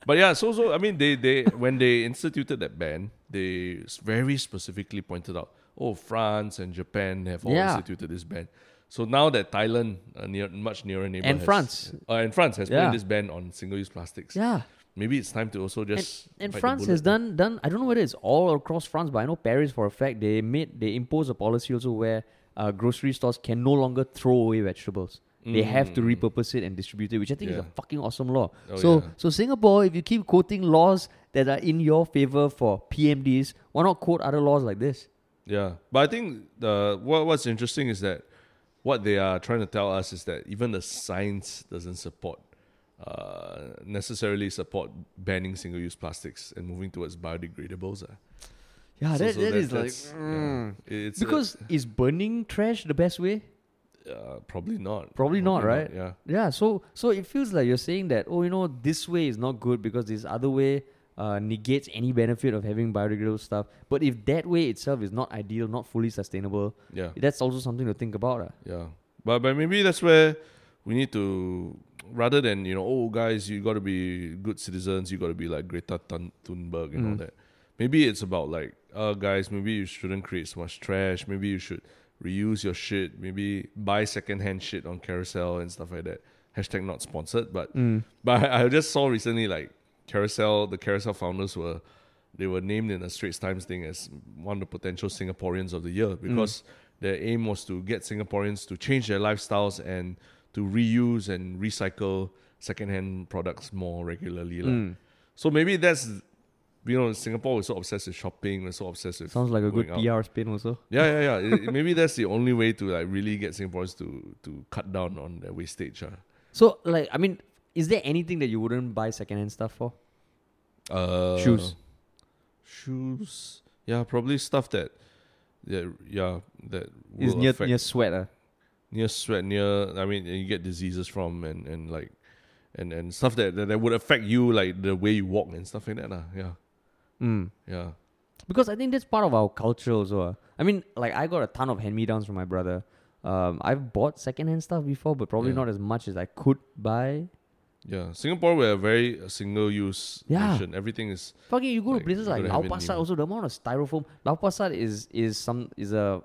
Speaker 2: But yeah, so so I mean they they when they instituted that ban, they s- very specifically pointed out, oh France and Japan have all
Speaker 1: Yeah.
Speaker 2: instituted this ban. So now that Thailand, a near, much nearer neighbor,
Speaker 1: And
Speaker 2: has-
Speaker 1: France.
Speaker 2: uh, and France has put
Speaker 1: Yeah.
Speaker 2: in this ban on single-use plastics.
Speaker 1: yeah.
Speaker 2: Maybe it's time to also just
Speaker 1: and
Speaker 2: bite the
Speaker 1: France
Speaker 2: bullet.
Speaker 1: has done done. I don't know whether it's all across France, but I know Paris for a fact they made they imposed a policy also where uh, grocery stores can no longer throw away vegetables. They have to repurpose it and distribute it, which I think is a
Speaker 2: Mm. Yeah.
Speaker 1: fucking awesome law.
Speaker 2: Oh,
Speaker 1: so
Speaker 2: yeah.
Speaker 1: so Singapore, if you keep quoting laws that are in your favor for PMDs, why not quote other laws like this?
Speaker 2: Yeah, but I think uh, what what's interesting is that what they are trying to tell us is that even the science doesn't support uh, necessarily support banning single-use plastics and moving towards biodegradables. ah.
Speaker 1: Yeah,
Speaker 2: So-
Speaker 1: that,
Speaker 2: so
Speaker 1: that is like
Speaker 2: that's- yeah.
Speaker 1: mm.
Speaker 2: It- it's a-
Speaker 1: because is burning trash the best way?
Speaker 2: uh, probably not.
Speaker 1: Probably not, right?
Speaker 2: Yeah.
Speaker 1: Yeah, so so it feels like you're saying that oh, you know, this way is not good because this other way uh, negates any benefit of having biodegradable stuff. But if that way itself is not ideal, not fully sustainable,
Speaker 2: Yeah.
Speaker 1: that's also something to think about. ah.
Speaker 2: Yeah. But but maybe that's where we need to rather than, you know, oh guys, you gotta be good citizens, you gotta be like Greta Thun- Thunberg and all
Speaker 1: Mm.
Speaker 2: that. Maybe it's about like, uh guys, maybe you shouldn't create so much trash, maybe you should reuse your shit, maybe buy secondhand shit on carousel and stuff like that. Hashtag not sponsored, but
Speaker 1: Mm.
Speaker 2: but I, I just saw recently like Carousel, the Carousel founders were they were named in a Straits Times thing as one of the potential Singaporeans of the year because
Speaker 1: Mm.
Speaker 2: their aim was to get Singaporeans to change their lifestyles and to reuse and recycle secondhand products more regularly. lah.
Speaker 1: Mm.
Speaker 2: So maybe that's you know, Singapore was so obsessed with shopping, we're so obsessed with
Speaker 1: Sounds like a good
Speaker 2: going
Speaker 1: PR
Speaker 2: out.
Speaker 1: spin also.
Speaker 2: Yeah, yeah, yeah. It- it- maybe that's the only way to like really get Singaporeans to to cut down on their wastage. ah.
Speaker 1: So like I mean, is there anything that you wouldn't buy secondhand stuff for?
Speaker 2: Uh,
Speaker 1: Shoes.
Speaker 2: Shoes. Yeah, probably stuff that, that yeah, that
Speaker 1: Is
Speaker 2: will
Speaker 1: near
Speaker 2: affect-
Speaker 1: near sweat. ah.
Speaker 2: near sweat, near. I mean, you get diseases from and and like, and and stuff that that, that would affect you like the way you walk and stuff like that. lah. Yeah,
Speaker 1: Mm.
Speaker 2: yeah.
Speaker 1: Because I think that's part of our culture also. ah. I mean, like I got a ton of hand me downs from my brother. Um, I've bought secondhand stuff before, but probably
Speaker 2: Yeah.
Speaker 1: not as much as I could buy.
Speaker 2: Yeah, Singapore we're a very single use
Speaker 1: Yeah.
Speaker 2: nation. Everything is
Speaker 1: Fucking, you go to
Speaker 2: Like,
Speaker 1: places
Speaker 2: you
Speaker 1: like
Speaker 2: gotta
Speaker 1: Lau
Speaker 2: have it
Speaker 1: Pasar.
Speaker 2: new.
Speaker 1: Also, the amount of styrofoam. Lau Pasar is is some is a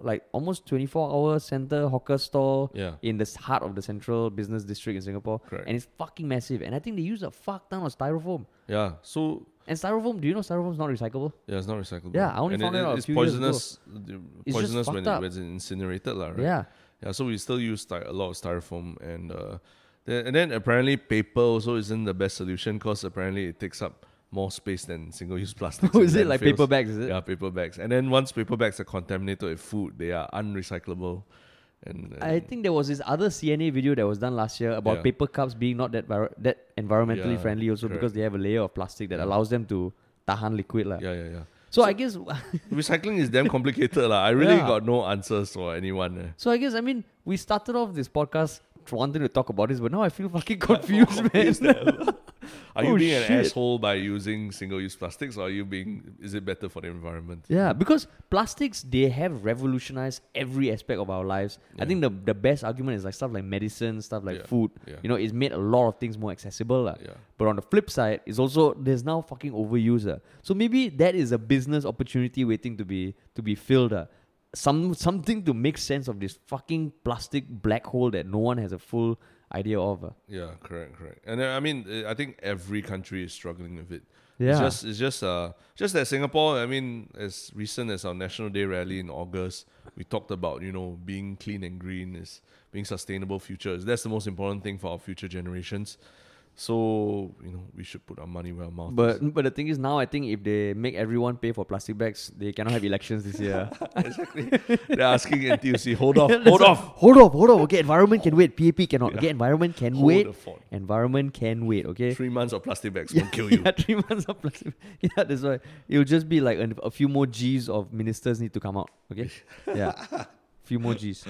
Speaker 1: like almost twenty four hour center hawker store
Speaker 2: yeah,
Speaker 1: in the s- heart of the central business district in Singapore,
Speaker 2: correct.
Speaker 1: and it's fucking massive. And I think they use a fuck ton of styrofoam.
Speaker 2: yeah, so
Speaker 1: And styrofoam, do you know styrofoam is not recyclable?
Speaker 2: yeah, it's not recyclable.
Speaker 1: Yeah, I only
Speaker 2: and
Speaker 1: found out a
Speaker 2: it's
Speaker 1: few years ago.
Speaker 2: poisonous. the-
Speaker 1: It's just
Speaker 2: Poisonous when,
Speaker 1: fucked
Speaker 2: it,
Speaker 1: up.
Speaker 2: when it's incinerated, lah. Right?
Speaker 1: Yeah.
Speaker 2: Yeah, so we still use styr- a lot of styrofoam, and uh, the, and then apparently paper also isn't the best solution because apparently it takes up more space than single-use plastics.
Speaker 1: Oh,
Speaker 2: in
Speaker 1: is it like
Speaker 2: landfills.
Speaker 1: paper bags? Is it?
Speaker 2: Yeah, paper bags. And then once paper bags are contaminated with food, they are unrecyclable. And, and
Speaker 1: I think there was this other CNA video that was done last year about
Speaker 2: Yeah.
Speaker 1: paper cups being not that vir- that environmentally
Speaker 2: Yeah,
Speaker 1: friendly also because
Speaker 2: correct.
Speaker 1: they have a layer of plastic that
Speaker 2: Yeah.
Speaker 1: allows them to tahan liquid lah.
Speaker 2: yeah, yeah, yeah.
Speaker 1: So, I guess
Speaker 2: Recycling is damn complicated, lah. I really
Speaker 1: Yeah.
Speaker 2: got no answers for anyone. eh.
Speaker 1: so I guess I mean we started off this podcast wanting to talk about this, but now I feel fucking confused, man.
Speaker 2: Are you
Speaker 1: Oh,
Speaker 2: being an
Speaker 1: shit.
Speaker 2: asshole by using single-use plastics, or are you being? Is it better for the environment?
Speaker 1: yeah, because plastics they have revolutionized every aspect of our lives. I
Speaker 2: Yeah.
Speaker 1: think the the best argument is like stuff like medicine, stuff like
Speaker 2: Yeah,
Speaker 1: food.
Speaker 2: yeah.
Speaker 1: You know, it's made a lot of things more accessible. lah.
Speaker 2: Yeah.
Speaker 1: But on the flip side, is also there's now fucking overuse. ah. So maybe that is a business opportunity waiting to be to be filled. ah. Some something to make sense of this fucking plastic black hole that no one has a full idea of. ah.
Speaker 2: Yeah, correct, correct. And uh, I mean, uh, I think every country is struggling with it.
Speaker 1: Yeah.
Speaker 2: It's just, it's just, uh, just that Singapore. I mean, as recent as our National Day rally in August, we talked about you know being clean and green is being sustainable futures. That's the most important thing for our future generations. So you know we should put our money where our mouth is.
Speaker 1: But but the thing is now I think if they make everyone pay for plastic bags, they cannot have elections this year.
Speaker 2: They're asking NTUC, hold off,
Speaker 1: That's
Speaker 2: hold
Speaker 1: why-
Speaker 2: off,
Speaker 1: Hold off, hold off. Okay, environment can wait. PAP cannot. Okay, environment can
Speaker 2: hold
Speaker 1: wait.
Speaker 2: the fort.
Speaker 1: Environment can wait, okay?
Speaker 2: Three months of plastic bags
Speaker 1: yeah,
Speaker 2: won't kill you.
Speaker 1: yeah, three months of plastic. Yeah, that's why it'll just be like an, a few more G's of ministers need to come out. Okay, yeah, few more G's.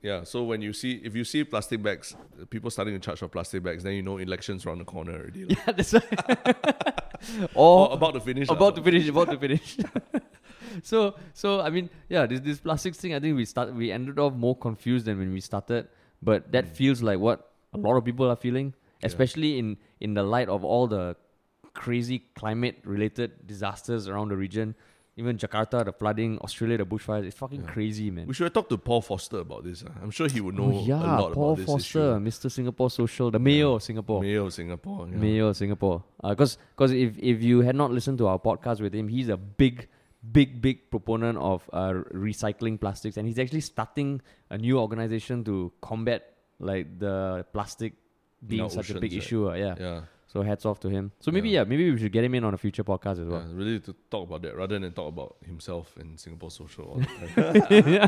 Speaker 2: Yeah. So when you see, if you see plastic bags, uh, people starting to charge for plastic bags, then you know elections around the corner already. lah.
Speaker 1: Yeah, that's why.
Speaker 2: Or
Speaker 1: or
Speaker 2: about to finish. lah,
Speaker 1: Oh. about to finish, about to finish. so, so I mean, yeah, this this plastics thing. I think we start we ended off more confused than when we started, but
Speaker 2: Mm.
Speaker 1: that feels like what a lot of people are feeling, especially in in the light of all the crazy climate related disasters around the region. Even Jakarta, the flooding, Australia, the bushfires. It's fucking crazy, man.
Speaker 2: We should have talked to Paul Foster about this. ah. I'm sure he would know
Speaker 1: Oh, yeah,
Speaker 2: a lot
Speaker 1: Paul
Speaker 2: about this
Speaker 1: Foster, Mr. Singapore Social, the mayor of Singapore.
Speaker 2: issue. Mayor of Singapore. yeah.
Speaker 1: Mayor of Singapore. Because because if, if you had not listened to our podcast with him, he's a big, big, big proponent of uh, recycling plastics, and he's actually starting a new organization to combat like the plastic being
Speaker 2: our
Speaker 1: such a
Speaker 2: oceans,
Speaker 1: big
Speaker 2: right?
Speaker 1: issue. uh, yeah.
Speaker 2: Yeah.
Speaker 1: So hats off to him. So maybe yeah,
Speaker 2: Yeah.
Speaker 1: maybe we should get him in on a future podcast as well.
Speaker 2: Yeah, really to talk about that rather than talk about himself in Singapore social. all the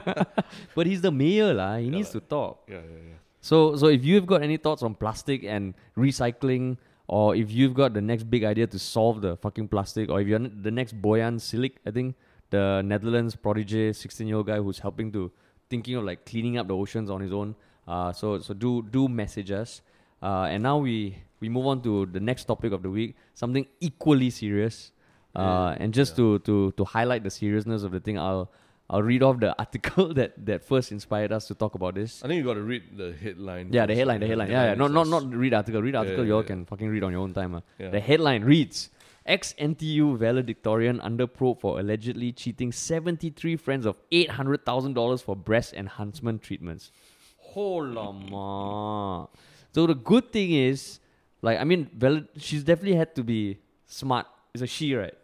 Speaker 2: time.
Speaker 1: but he's the mayor, lah. He needs to talk.
Speaker 2: yeah, yeah, yeah.
Speaker 1: So, so if you've got any thoughts on plastic and recycling, or if you've got the next big idea to solve the fucking plastic, or if you're n- the next Boyan Silic, I think the Netherlands prodigy, sixteen-year-old guy who's helping to thinking of like cleaning up the oceans on his own. Uh, so, so do do message us. Uh, and now we we move on to the next topic of the week, something equally serious. Uh, and just to, to to highlight the seriousness of the thing, I'll I'll read off the article that that first inspired us to talk about this.
Speaker 2: I think you got to read the headline.
Speaker 1: Yeah, the
Speaker 2: first,
Speaker 1: headline, the
Speaker 2: yeah.
Speaker 1: headline. Yeah, yeah. Not, not,
Speaker 2: is-
Speaker 1: not read article. Read article,
Speaker 2: yeah,
Speaker 1: you all
Speaker 2: yeah.
Speaker 1: can fucking read on your own time. ah.
Speaker 2: Yeah.
Speaker 1: The headline reads Ex NTU valedictorian under probe for allegedly cheating 73 friends of $800,000 for breast enhancement treatments. Holama. So the good thing is, like, I mean, valid, she's definitely had to be smart. It's a she, right?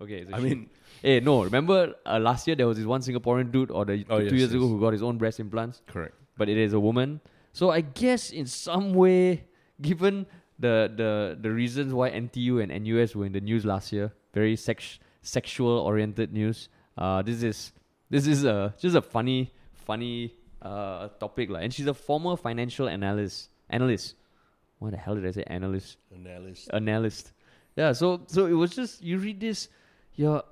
Speaker 1: Okay. It's a
Speaker 2: I
Speaker 1: she.
Speaker 2: mean-
Speaker 1: Hey, no. Remember uh, last year there was this one Singaporean dude, or the
Speaker 2: Oh,
Speaker 1: two
Speaker 2: yes,
Speaker 1: years ago,
Speaker 2: yes.
Speaker 1: who got his own breast implants
Speaker 2: Correct.
Speaker 1: but it is a woman. So I guess in some way, given the the the reasons why NTU and NUS were in the news last year, very sex sexual oriented news. Uh, this is this is a just a funny funny uh topic like, and she's a former financial analyst analyst. What the hell did I say? Analyst
Speaker 2: Analysis.
Speaker 1: analyst. Yeah, so so it was just you read this, you're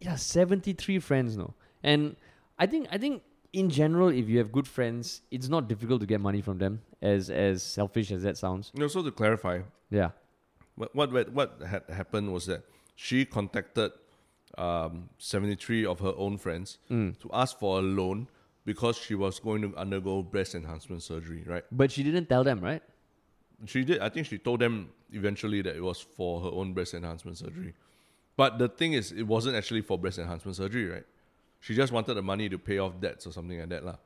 Speaker 1: yeah, seventy three friends no. And I think I think in general if you have good friends, it's not difficult to get money from them, as as selfish as that sounds.
Speaker 2: No, so to clarify,
Speaker 1: Yeah.
Speaker 2: what what what- what had happened was that she contacted um, 73 of her own friends to ask for a loan because she was going to undergo breast enhancement surgery, right?
Speaker 1: But she didn't tell them, right?
Speaker 2: She did. I think she told them eventually that it was for her own breast enhancement surgery. But the thing is, it wasn't actually for breast enhancement surgery, right? She just wanted the money to pay off debts or something like that, lah.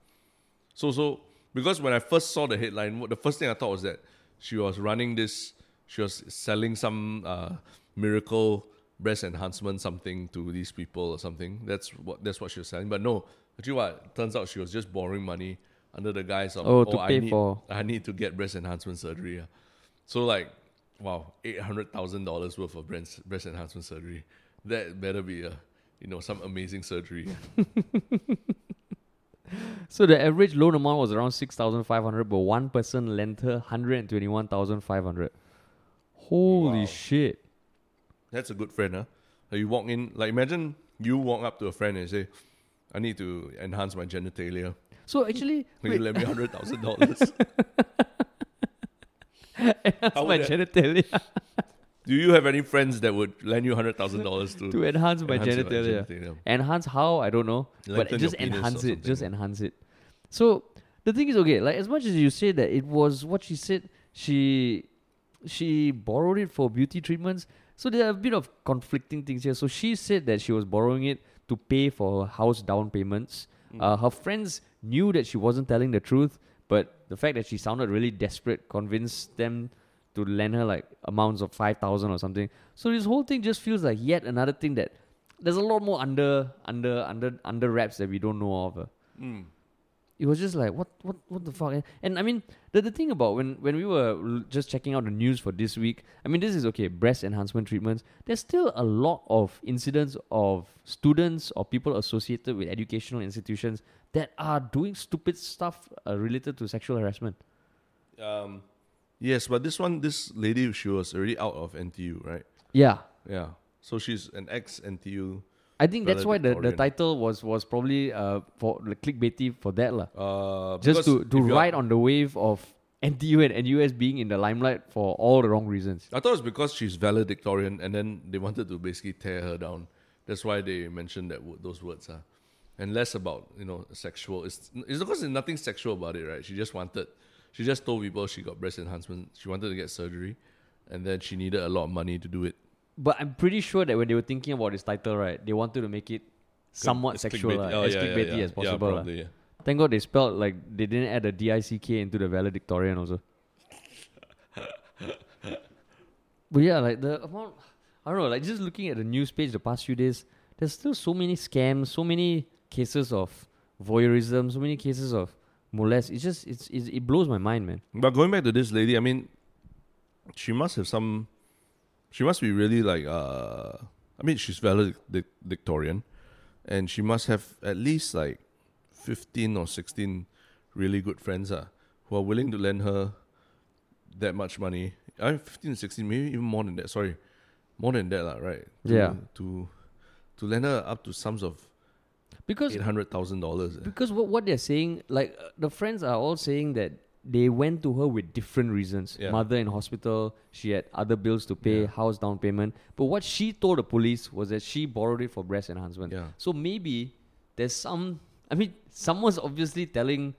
Speaker 2: So, so because when I first saw the headline, what- the first thing I thought was that she was running this, she was selling some uh, miracle breast enhancement something to these people or something. That's what that's what she was selling. But no, actually, what turns out she was just borrowing money under the guise of
Speaker 1: Oh, to pay
Speaker 2: I need,
Speaker 1: for-
Speaker 2: I need to get breast enhancement surgery. ah. So like, wow, eight hundred thousand dollars worth of breast breast enhancement surgery. That better be a you know some amazing surgery.
Speaker 1: So the average loan amount was around six thousand five hundred, but one person lent her hundred and twenty one thousand five hundred. Holy
Speaker 2: Wow.
Speaker 1: shit.
Speaker 2: That's a good friend, huh? Like you walk in, like imagine you walk up to a friend and say, "I need to enhance my genitalia.
Speaker 1: So actually
Speaker 2: Can
Speaker 1: wait,
Speaker 2: you lend me hundred thousand dollars?"
Speaker 1: that's
Speaker 2: I would
Speaker 1: my
Speaker 2: have-
Speaker 1: genitalia
Speaker 2: Do you have any friends that would lend you hundred thousand dollars to
Speaker 1: to enhance my
Speaker 2: enhance your
Speaker 1: genitalia.
Speaker 2: genitalia?
Speaker 1: Enhance how? I don't know. but
Speaker 2: Lengthen
Speaker 1: just
Speaker 2: your penis or
Speaker 1: enhance it. Just
Speaker 2: something.
Speaker 1: enhance it. So the thing is, okay, like as much as you say that it was what she said, she she borrowed it for beauty treatments. So there are a bit of conflicting things here. So she said that she was borrowing it to pay for her house down payments.
Speaker 2: Hmm.
Speaker 1: Uh, her friends knew that she wasn't telling the truth, but the fact that she sounded really desperate convinced them to lend her like amounts of five thousand or something. So this whole thing just feels like yet another thing that there's a lot more under under under under wraps that we don't know of. uh.
Speaker 2: Mm.
Speaker 1: It was just like what what what the fuck? eh? And I mean the the thing about when when we were l- just checking out the news for this week, I mean this is okay breast enhancement treatments. There's still a lot of incidents of students or people associated with educational institutions that are doing stupid stuff uh, related to sexual harassment.
Speaker 2: Um, yes, but this one, this lady, she was already out of NTU, right?
Speaker 1: Yeah,
Speaker 2: Yeah. So she's an ex NTU.
Speaker 1: I think that's why the, the
Speaker 2: Valedictorian.
Speaker 1: title was was probably uh for like, clickbaity for that lah.
Speaker 2: Uh,
Speaker 1: just to,
Speaker 2: because
Speaker 1: to
Speaker 2: if you are-
Speaker 1: ride on the wave of NTU and NUS being in the limelight for all the wrong reasons.
Speaker 2: I thought it was because she's valedictorian, and then they wanted to basically tear her down. That's why they mentioned that wo- those words are, and less about you know sexual. It's it's because there's nothing sexual about it, right? She just wanted, she just told people she got breast enhancement. She wanted to get surgery, and then she needed a lot of money to do it.
Speaker 1: But I'm pretty sure that when they were thinking about this title, right, they wanted to make it somewhat
Speaker 2: It's
Speaker 1: sexual,
Speaker 2: clickbaity.
Speaker 1: lah,
Speaker 2: Oh,
Speaker 1: as
Speaker 2: yeah, yeah,
Speaker 1: clickbaity
Speaker 2: yeah.
Speaker 1: as possible. ah.
Speaker 2: Yeah,
Speaker 1: lah.
Speaker 2: probably, yeah.
Speaker 1: Thank God they spelled like they didn't add a DICK into the valedictorian also. but yeah, like the amount I don't know, like just looking at the news page the past few days, there's still so many scams, so many cases of voyeurism, so many cases of molest. It's just it's, it's it blows my mind, man.
Speaker 2: But going back to this lady, I mean, she must have some She must be really like uh I mean she's valedictorian and she must have at least like 15 or 16 really good friends uh, who are willing to lend her that much money. I mean, 15 16 maybe even more than that. Sorry. More than that lah, right? To-
Speaker 1: Yeah.
Speaker 2: To to lend her up to sums of
Speaker 1: Because
Speaker 2: $800,000. eh.
Speaker 1: because what, what they're saying, like uh, the friends are all saying that they went to her with different reasons.
Speaker 2: Yeah.
Speaker 1: Mother in hospital, she had other bills to pay,
Speaker 2: Yeah.
Speaker 1: house down payment. But what she told the police was that she borrowed it for breast enhancement.
Speaker 2: Yeah.
Speaker 1: So maybe there's some. I mean, someone's obviously telling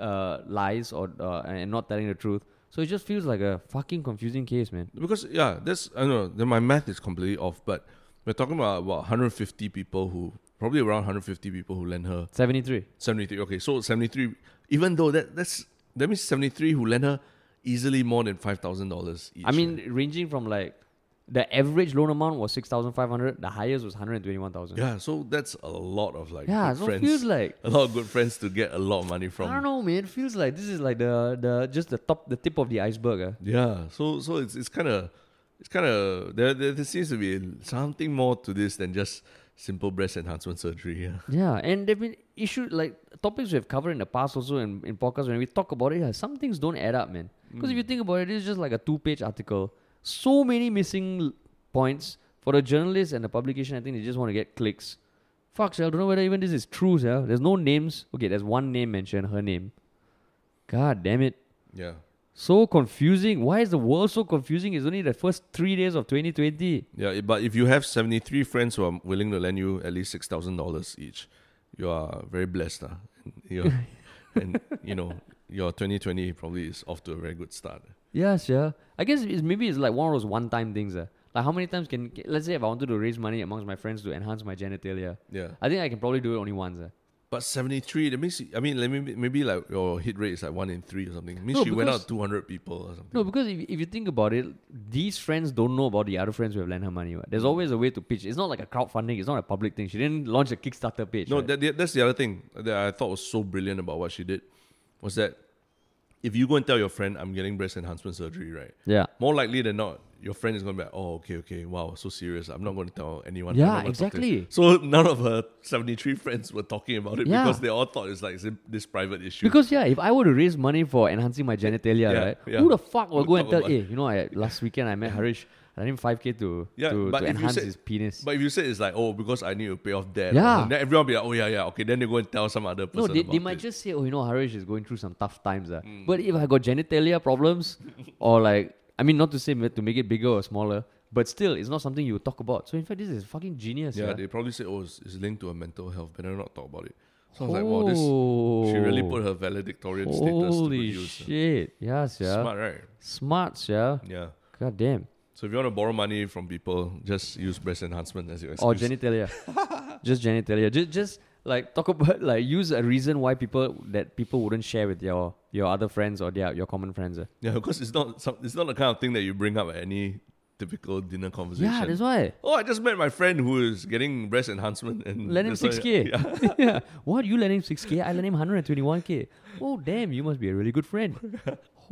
Speaker 1: uh, lies or uh, and not telling the truth. So it just feels like a fucking confusing case, man.
Speaker 2: Because yeah, that's I don't know. Then my math is completely off, but we're talking about about 150 people who probably around 150 people who lent her
Speaker 1: Seventy-three.
Speaker 2: 73. Okay, so 73. Even though that that's that means 73 who lent her easily more than five thousand dollars.
Speaker 1: I mean, ranging from like the average loan amount was six thousand five hundred. The highest was one hundred twenty-one thousand.
Speaker 2: yeah. So that's a lot of like
Speaker 1: Yeah,
Speaker 2: good
Speaker 1: so it
Speaker 2: friends.
Speaker 1: feels like
Speaker 2: a lot of good friends to get a lot of money from.
Speaker 1: I don't know, man. It feels like this is like the the just the top the tip of the iceberg. Uh.
Speaker 2: Yeah. So so it's it's kind of it's kind of there, there there seems to be something more to this than just simple breast enhancement surgery. Yeah.
Speaker 1: Yeah, and there've been issues like topics we've covered in the past also in, in podcasts when we talk about it. yeah, some things don't add up, man. Because if you think about it, it's just like a two page article. So many missing l- points for the journalist and the publication. I think they just want to get clicks. Fuck, sir, I don't know whether even this is true, sir. There's no names. Okay, there's one name mentioned, her name. God damn it.
Speaker 2: Yeah.
Speaker 1: So confusing. Why is the world so confusing? It's only the first three days of 2020.
Speaker 2: Yeah, i- but if you have 73 friends who are willing to lend you at least $6,000 each, you are very blessed. ah. And You're, and, you know, your 2020 probably is off to a very good start.
Speaker 1: Yeah, sure. I guess it's maybe it's like one of those one-time things. Uh. Like how many times can ca- let's say if I wanted to raise money amongst my friends to enhance my genitalia,
Speaker 2: Yeah.
Speaker 1: I think I can probably do it only once. Uh.
Speaker 2: But 73, that means, I mean, let me, maybe like your hit rate is like one in three or something. It means
Speaker 1: No,
Speaker 2: she went
Speaker 1: because-
Speaker 2: out 200 people or something.
Speaker 1: No, because if, if you think about it, these friends don't know about the other friends who have lent her money. Right? There's always a way to pitch. It's not like a crowdfunding. It's not a public thing. She didn't launch a Kickstarter page.
Speaker 2: No,
Speaker 1: right?
Speaker 2: that, that- that's the other thing that I thought was so brilliant about what she did was that if you go and tell your friend, I'm getting breast enhancement surgery, right?
Speaker 1: yeah,
Speaker 2: More likely than not, your friend is going to be like, oh, okay, okay, wow, so serious. I'm not going to tell anyone. I'm
Speaker 1: Yeah,
Speaker 2: not gonna talk to
Speaker 1: exactly.
Speaker 2: you." So none of her 73 friends were talking about it
Speaker 1: Yeah.
Speaker 2: because they all thought it's like zi- this private issue.
Speaker 1: because yeah, if I were to raise money for enhancing my genitalia,
Speaker 2: Yeah,
Speaker 1: right?
Speaker 2: yeah.
Speaker 1: Who the fuck will
Speaker 2: We'll
Speaker 1: go and
Speaker 2: talk
Speaker 1: tell?
Speaker 2: about
Speaker 1: Hey, you know, I last weekend I met Harish. I lent him five k to
Speaker 2: Yeah,
Speaker 1: to,
Speaker 2: but
Speaker 1: to
Speaker 2: if you
Speaker 1: enhance
Speaker 2: said-
Speaker 1: his penis.
Speaker 2: but if you say it's like, oh, because I need to pay off debt,
Speaker 1: Yeah.
Speaker 2: and then everyone will be like, oh, yeah, yeah, okay, then they go and tell some other person.
Speaker 1: No, they,
Speaker 2: about
Speaker 1: they might
Speaker 2: it. Hmm.
Speaker 1: just say, oh, you know, Harish is going through some tough times. ah. But if I got genitalia problems, or like, I mean, not to say ma- to make it bigger or smaller, but still, it's not something you would talk about. So, in fact, this is fucking genius.
Speaker 2: Yeah,
Speaker 1: Yeah,
Speaker 2: they probably say, oh, it's, it's linked to her mental health, better not talk about it. So I was like, wow, this, she really put her valedictorian status to good
Speaker 1: Oh. Holy
Speaker 2: use.
Speaker 1: shit. Yes, yeah. Smart,
Speaker 2: Smart, right?
Speaker 1: yeah.
Speaker 2: Yeah.
Speaker 1: God damn.
Speaker 2: So if you want to borrow money from people, just use breast enhancement as your excuse.
Speaker 1: Or genitalia. just genitalia. Just, just like talk about like use a reason why people that people wouldn't share with your your other friends or their your common friends. ah.
Speaker 2: Yeah, because it's not some, it's not the kind of thing that you bring up at any typical dinner conversation.
Speaker 1: Yeah, that's why.
Speaker 2: oh, I just met my friend who is getting breast enhancement and
Speaker 1: Lend him
Speaker 2: that's why-
Speaker 1: six k.
Speaker 2: Yeah.
Speaker 1: yeah. What you lend him six k? I lend him hundred and twenty one k. Oh damn! You must be a really good friend.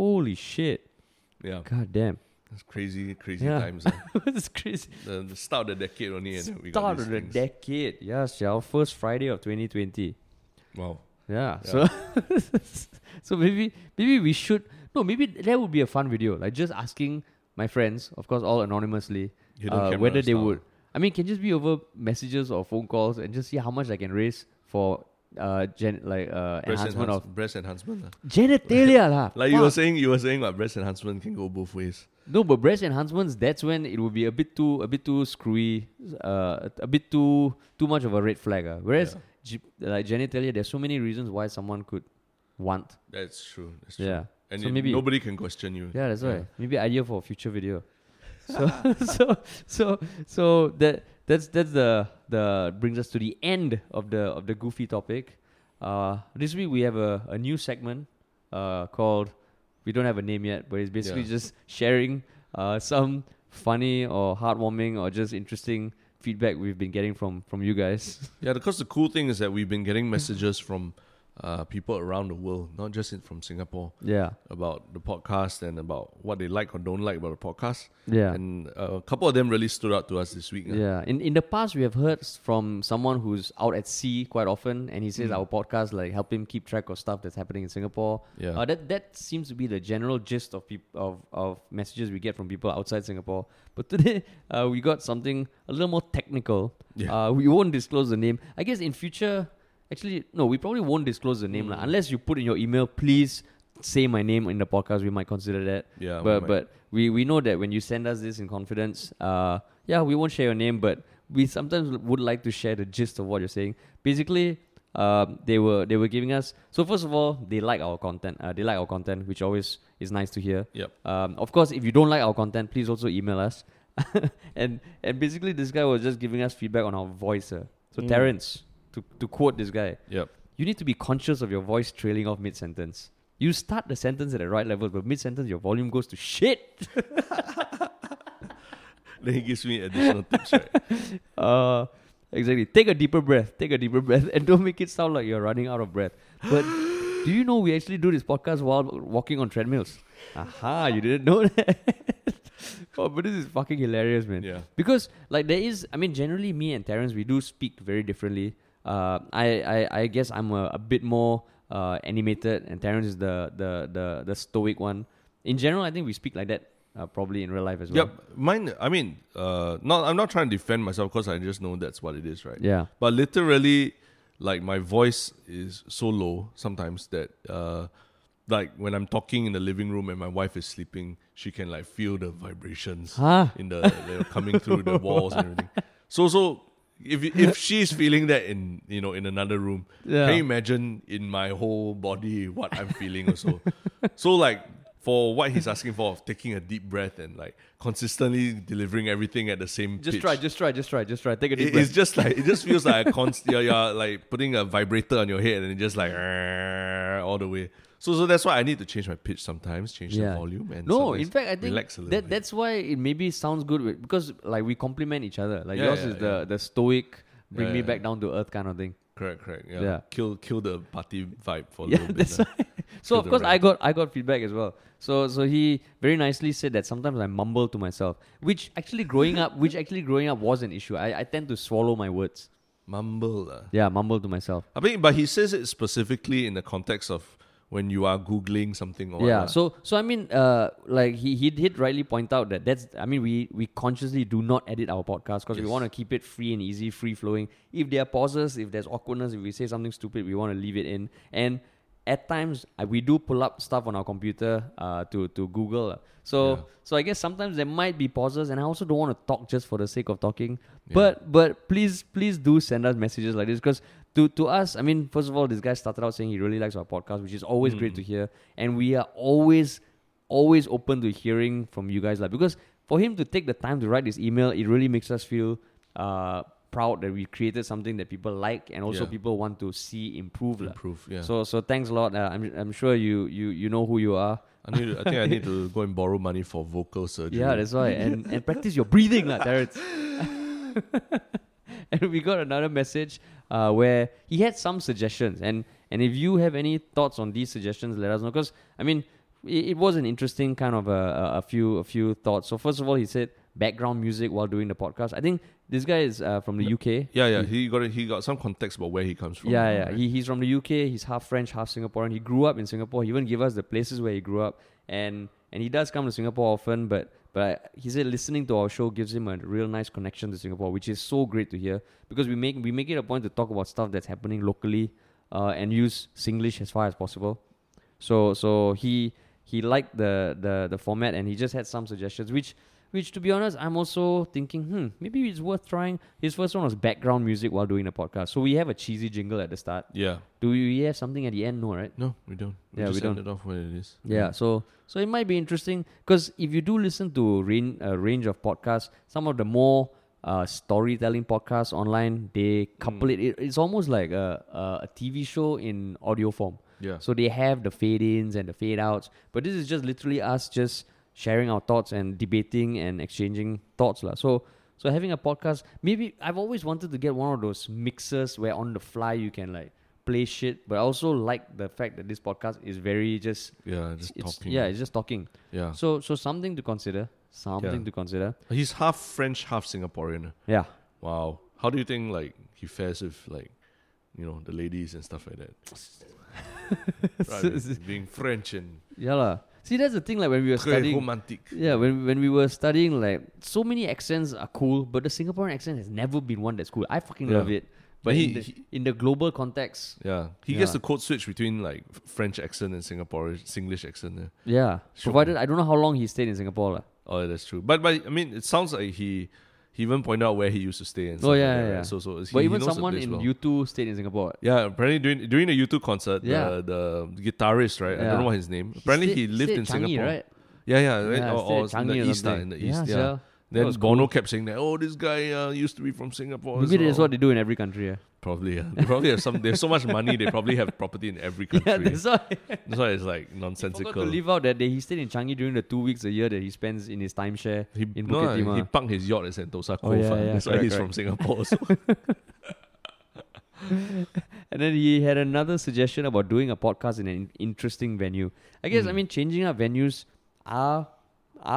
Speaker 1: Holy shit!
Speaker 2: yeah,
Speaker 1: God damn!
Speaker 2: it's crazy, crazy
Speaker 1: Yeah.
Speaker 2: times. eh.
Speaker 1: this is crazy.
Speaker 2: the, the start of the decade only, and we got
Speaker 1: Start
Speaker 2: these
Speaker 1: of the
Speaker 2: things.
Speaker 1: decade. Yes, yeah. Our first Friday of twenty twenty.
Speaker 2: Wow.
Speaker 1: Yeah. So, so maybe maybe we should. No, maybe that would be a fun video. Like just asking my friends, of course, all anonymously,
Speaker 2: Hidden
Speaker 1: uh,
Speaker 2: camera
Speaker 1: whether they
Speaker 2: style.
Speaker 1: would. I mean, can just be over messages or phone calls and just see how much I can raise for uh, gen like uh,
Speaker 2: Breast
Speaker 1: enhancement
Speaker 2: enhance-
Speaker 1: of
Speaker 2: breast enhancement. eh.
Speaker 1: Genitalia lah.
Speaker 2: Like you were
Speaker 1: Fuck.
Speaker 2: saying, you were saying like breast enhancement can go both ways.
Speaker 1: No, but breast enhancements. That's when it would be a bit too, a bit too screwy, uh, a bit too, too much of a red flag. ah. Whereas, ge- like genitalia, there's so many reasons why someone could want.
Speaker 2: That's true. That's true.
Speaker 1: Yeah.
Speaker 2: And
Speaker 1: So
Speaker 2: it-
Speaker 1: maybe-
Speaker 2: nobody can question you.
Speaker 1: Yeah, that's right. Maybe idea for a future video. So, so, so, so that that's that's the the brings us to the end of the of the goofy topic. Uh, this week we have a, a new segment uh, called we don't have a name yet, but it's basically
Speaker 2: Yeah.
Speaker 1: just sharing uh, some funny or heartwarming or just interesting feedback we've been getting from from you guys.
Speaker 2: Yeah, because the cool thing is that we've been getting messages from uh, people around the world, not just in, from Singapore,
Speaker 1: Yeah.
Speaker 2: about the podcast and about what they like or don't like about the podcast.
Speaker 1: Yeah.
Speaker 2: And uh, a couple of them really stood out to us this week. uh.
Speaker 1: Yeah. In in the past, we have heard s- from someone who's out at sea quite often, and he
Speaker 2: Mm.
Speaker 1: says our podcast like help him keep track of stuff that's happening in Singapore.
Speaker 2: Yeah.
Speaker 1: Uh, that that seems to be the general gist of peop- of of messages we get from people outside Singapore. But today, uh, we got something a little more technical.
Speaker 2: Yeah.
Speaker 1: Uh, we won't disclose the name. I guess in future, actually, no, we probably won't disclose the name
Speaker 2: Mm.
Speaker 1: lah, unless you put in your email, please. Say my name in the podcast. We might consider that.
Speaker 2: Yeah, we
Speaker 1: but
Speaker 2: might.
Speaker 1: but we we know that when you send us this in confidence, uh, yeah, we won't share your name, but we sometimes would like to share the gist of what you're saying. Basically, um, they were they were giving us. So first of all, they like our content. Uh, they like our content, which always is nice to hear.
Speaker 2: Yep.
Speaker 1: Um, of course, if you don't like our content, please also email us. and and basically, this guy was just giving us feedback on our voice. Uh. So
Speaker 2: Mm.
Speaker 1: Terence, to to quote this guy,
Speaker 2: Yep.
Speaker 1: you need to be conscious of your voice trailing off mid sentence. You start the sentence at the right level, but mid sentence your volume goes to shit.
Speaker 2: Then he gives me additional tips, right?
Speaker 1: Uh, exactly. Take a deeper breath. Take a deeper breath, and don't make it sound like you're running out of breath. But do you know we actually do this podcast while walking on treadmills? Aha! You didn't know that. oh, but this is fucking hilarious, man.
Speaker 2: Yeah.
Speaker 1: Because like there is, I mean, generally me and Terrence we do speak very differently. Uh, I, I I guess I'm a, a bit more uh, animated, and Terrence is the the the the stoic one. In general, I think we speak like that uh, probably in real life as well.
Speaker 2: Yep. Mine, I mean, uh, not, I'm not trying to defend myself because I just know that's what it is, right?
Speaker 1: Yeah.
Speaker 2: But literally, like my voice is so low sometimes that, uh, like when I'm talking in the living room and my wife is sleeping, she can like feel the vibrations
Speaker 1: Huh?
Speaker 2: in the you know, coming through the walls and everything. So so if you- if she's feeling that in you know in another room,
Speaker 1: Yeah.
Speaker 2: can you imagine in my whole body what I'm feeling also? so like for what he's asking for of taking a deep breath and like consistently delivering everything at the same
Speaker 1: Just
Speaker 2: pitch,
Speaker 1: try, just try, just try, just try. Take a deep
Speaker 2: it-
Speaker 1: breath.
Speaker 2: it's just like it just feels like a constant. You're, you're like putting a vibrator on your head and it just like all the way. So so that's why I need to change my pitch sometimes, change the volume and
Speaker 1: no.
Speaker 2: sometimes
Speaker 1: In fact, I think
Speaker 2: relax a little
Speaker 1: that
Speaker 2: bit.
Speaker 1: that's why it maybe sounds good with, because like we complement each other. Like
Speaker 2: Yeah,
Speaker 1: yours
Speaker 2: yeah,
Speaker 1: is the the stoic, bring
Speaker 2: Yeah,
Speaker 1: me
Speaker 2: yeah,
Speaker 1: back down to earth kind of thing.
Speaker 2: Correct, correct. Yeah.
Speaker 1: Yeah.
Speaker 2: Kill kill the party vibe for a
Speaker 1: Yeah,
Speaker 2: little bit.
Speaker 1: that's
Speaker 2: uh.
Speaker 1: why. So
Speaker 2: Kill
Speaker 1: of
Speaker 2: the
Speaker 1: course I
Speaker 2: rant.
Speaker 1: got I got feedback as well. So so he very nicely said that sometimes I mumble to myself, which actually growing up, which actually growing up was an issue. I, I tend to swallow my words.
Speaker 2: Mumble. Uh.
Speaker 1: Yeah, mumble to myself.
Speaker 2: I mean, but he says it specifically in the context of when you are googling something or
Speaker 1: yeah
Speaker 2: what, uh.
Speaker 1: so so i mean uh like he he did rightly point out that that's i mean we we consciously do not edit our podcast because we
Speaker 2: Yes.
Speaker 1: want to keep it free and easy free flowing if there are pauses if there's awkwardness if we say something stupid we want to leave it in and at times uh, we do pull up stuff on our computer uh, to to google so
Speaker 2: Yeah.
Speaker 1: so i guess sometimes there might be pauses and i also don't want to talk just for the sake of talking but but please please do send us messages like this because to to us, I mean, first of all, this guy started out saying he really likes our podcast, which is always great
Speaker 2: Mm.
Speaker 1: to hear, and we are always always open to hearing from you guys, like because for him to take the time to write this email, it really makes us feel uh, proud that we created something that people like and also
Speaker 2: Yeah.
Speaker 1: people want to see improve, lah.
Speaker 2: improve. Yeah. So
Speaker 1: So so thanks a lot. Uh, I'm I'm sure you you you know who you are.
Speaker 2: I need. To, I think I need to go and borrow money for vocal surgery.
Speaker 1: Yeah, that's why. And and practice your breathing, like Terrence. and we got another message uh, where he had some suggestions, and and if you have any thoughts on these suggestions, let us know. Because I mean, it, it was an interesting kind of a, a, a few a few thoughts. So first of all, he said background music while doing the podcast. I think this guy is uh, from the UK.
Speaker 2: yeah, yeah. He got. He got some context about where he comes from.
Speaker 1: Yeah,
Speaker 2: now,
Speaker 1: yeah.
Speaker 2: right?
Speaker 1: He, he's from the UK. He's half French, half Singaporean. He grew up in Singapore. He even gave us the places where he grew up, and and he does come to Singapore often. But but he said listening to our show gives him a real nice connection to Singapore, which is so great to hear because we make we make it a point to talk about stuff that's happening locally, uh, and use Singlish as far as possible. So so he he liked the the the format, and he just had some suggestions, which. Which, to be honest, I'm also thinking, hmm, maybe it's worth trying. His first one was background music while doing a podcast. So we have a cheesy jingle at the start.
Speaker 2: Yeah.
Speaker 1: Do we have something at the end? No, right?
Speaker 2: No, we don't. We
Speaker 1: Yeah, we
Speaker 2: just
Speaker 1: don't.
Speaker 2: end it off where it is.
Speaker 1: Yeah. So so it might be interesting because if you do listen to rain, a range of podcasts, some of the more uh, storytelling podcasts online, they couple it, it. It's almost like a, a a TV show in audio form.
Speaker 2: Yeah.
Speaker 1: So they have the fade ins and the fade outs, but this is just literally us just sharing our thoughts and debating and exchanging thoughts lah. So so having a podcast, maybe I've always wanted to get one of those mixers where on the fly you can like play shit, but I also like the fact that this podcast is very just,
Speaker 2: Yeah, just
Speaker 1: it's,
Speaker 2: talking.
Speaker 1: yeah, it's just talking.
Speaker 2: yeah.
Speaker 1: So so something to consider, something
Speaker 2: Yeah.
Speaker 1: to consider.
Speaker 2: He's half French, half Singaporean.
Speaker 1: Yeah.
Speaker 2: Wow. How do you think like he fares with like, you know, the ladies and stuff like that? right, with being French and
Speaker 1: Yeah lah. See, that's the thing. Like when we were
Speaker 2: très
Speaker 1: studying,
Speaker 2: romantic.
Speaker 1: yeah, when when we were studying, like so many accents are cool, but the Singaporean accent has never been one that's cool. I fucking
Speaker 2: Yeah.
Speaker 1: love it. But
Speaker 2: He-
Speaker 1: in, the,
Speaker 2: he-
Speaker 1: in the global context,
Speaker 2: Yeah, he gets
Speaker 1: Yeah.
Speaker 2: the code switch between like f- French accent and Singaporean Singlish accent. Yeah.
Speaker 1: yeah.
Speaker 2: Sure.
Speaker 1: Provided I don't know how long he stayed in Singapore lah.
Speaker 2: Oh, that's true. But but I mean, it sounds like he he even pointed out where he used to stay and
Speaker 1: Oh,
Speaker 2: stuff like
Speaker 1: yeah,
Speaker 2: that,
Speaker 1: yeah,
Speaker 2: right?
Speaker 1: yeah.
Speaker 2: So so he,
Speaker 1: But
Speaker 2: he
Speaker 1: even
Speaker 2: knows the
Speaker 1: someone
Speaker 2: place
Speaker 1: in
Speaker 2: well.
Speaker 1: U two stayed in Singapore.
Speaker 2: Yeah, apparently during during the U two concert,
Speaker 1: Yeah.
Speaker 2: the the guitarist, right? I
Speaker 1: Yeah.
Speaker 2: don't know what his name. Apparently he,
Speaker 1: stayed-
Speaker 2: lived
Speaker 1: stayed
Speaker 2: in
Speaker 1: Changi,
Speaker 2: Singapore.
Speaker 1: right?
Speaker 2: Yeah, yeah, right?
Speaker 1: Yeah,
Speaker 2: or,
Speaker 1: stayed
Speaker 2: or
Speaker 1: at
Speaker 2: in the
Speaker 1: Changi or
Speaker 2: east, ah,
Speaker 1: something.
Speaker 2: in the east. Yeah.
Speaker 1: sia. That
Speaker 2: Then
Speaker 1: was
Speaker 2: Bono kept saying that, oh, this guy uh, used to be from Singapore.
Speaker 1: Maybe that's
Speaker 2: well."
Speaker 1: what they do in every country. Yeah,
Speaker 2: Probably, yeah. They probably have some. They have so much money. They probably have property in every country.
Speaker 1: yeah that's why.
Speaker 2: that's why it's like
Speaker 1: Forgot to
Speaker 2: nonsensical.
Speaker 1: leave out that day. He stayed in Changi during the two weeks a year that he spends in his timeshare
Speaker 2: He,
Speaker 1: in
Speaker 2: no,
Speaker 1: Bukit
Speaker 2: he
Speaker 1: Timah.
Speaker 2: parked his yacht at Sentosa
Speaker 1: Oh,
Speaker 2: Cove.
Speaker 1: yeah,
Speaker 2: ah.
Speaker 1: yeah,
Speaker 2: That's why
Speaker 1: correct,
Speaker 2: he's
Speaker 1: correct.
Speaker 2: from Singapore. So.
Speaker 1: And then he had another suggestion about doing a podcast in an in- interesting venue. I guess
Speaker 2: Hmm.
Speaker 1: I mean changing up venues are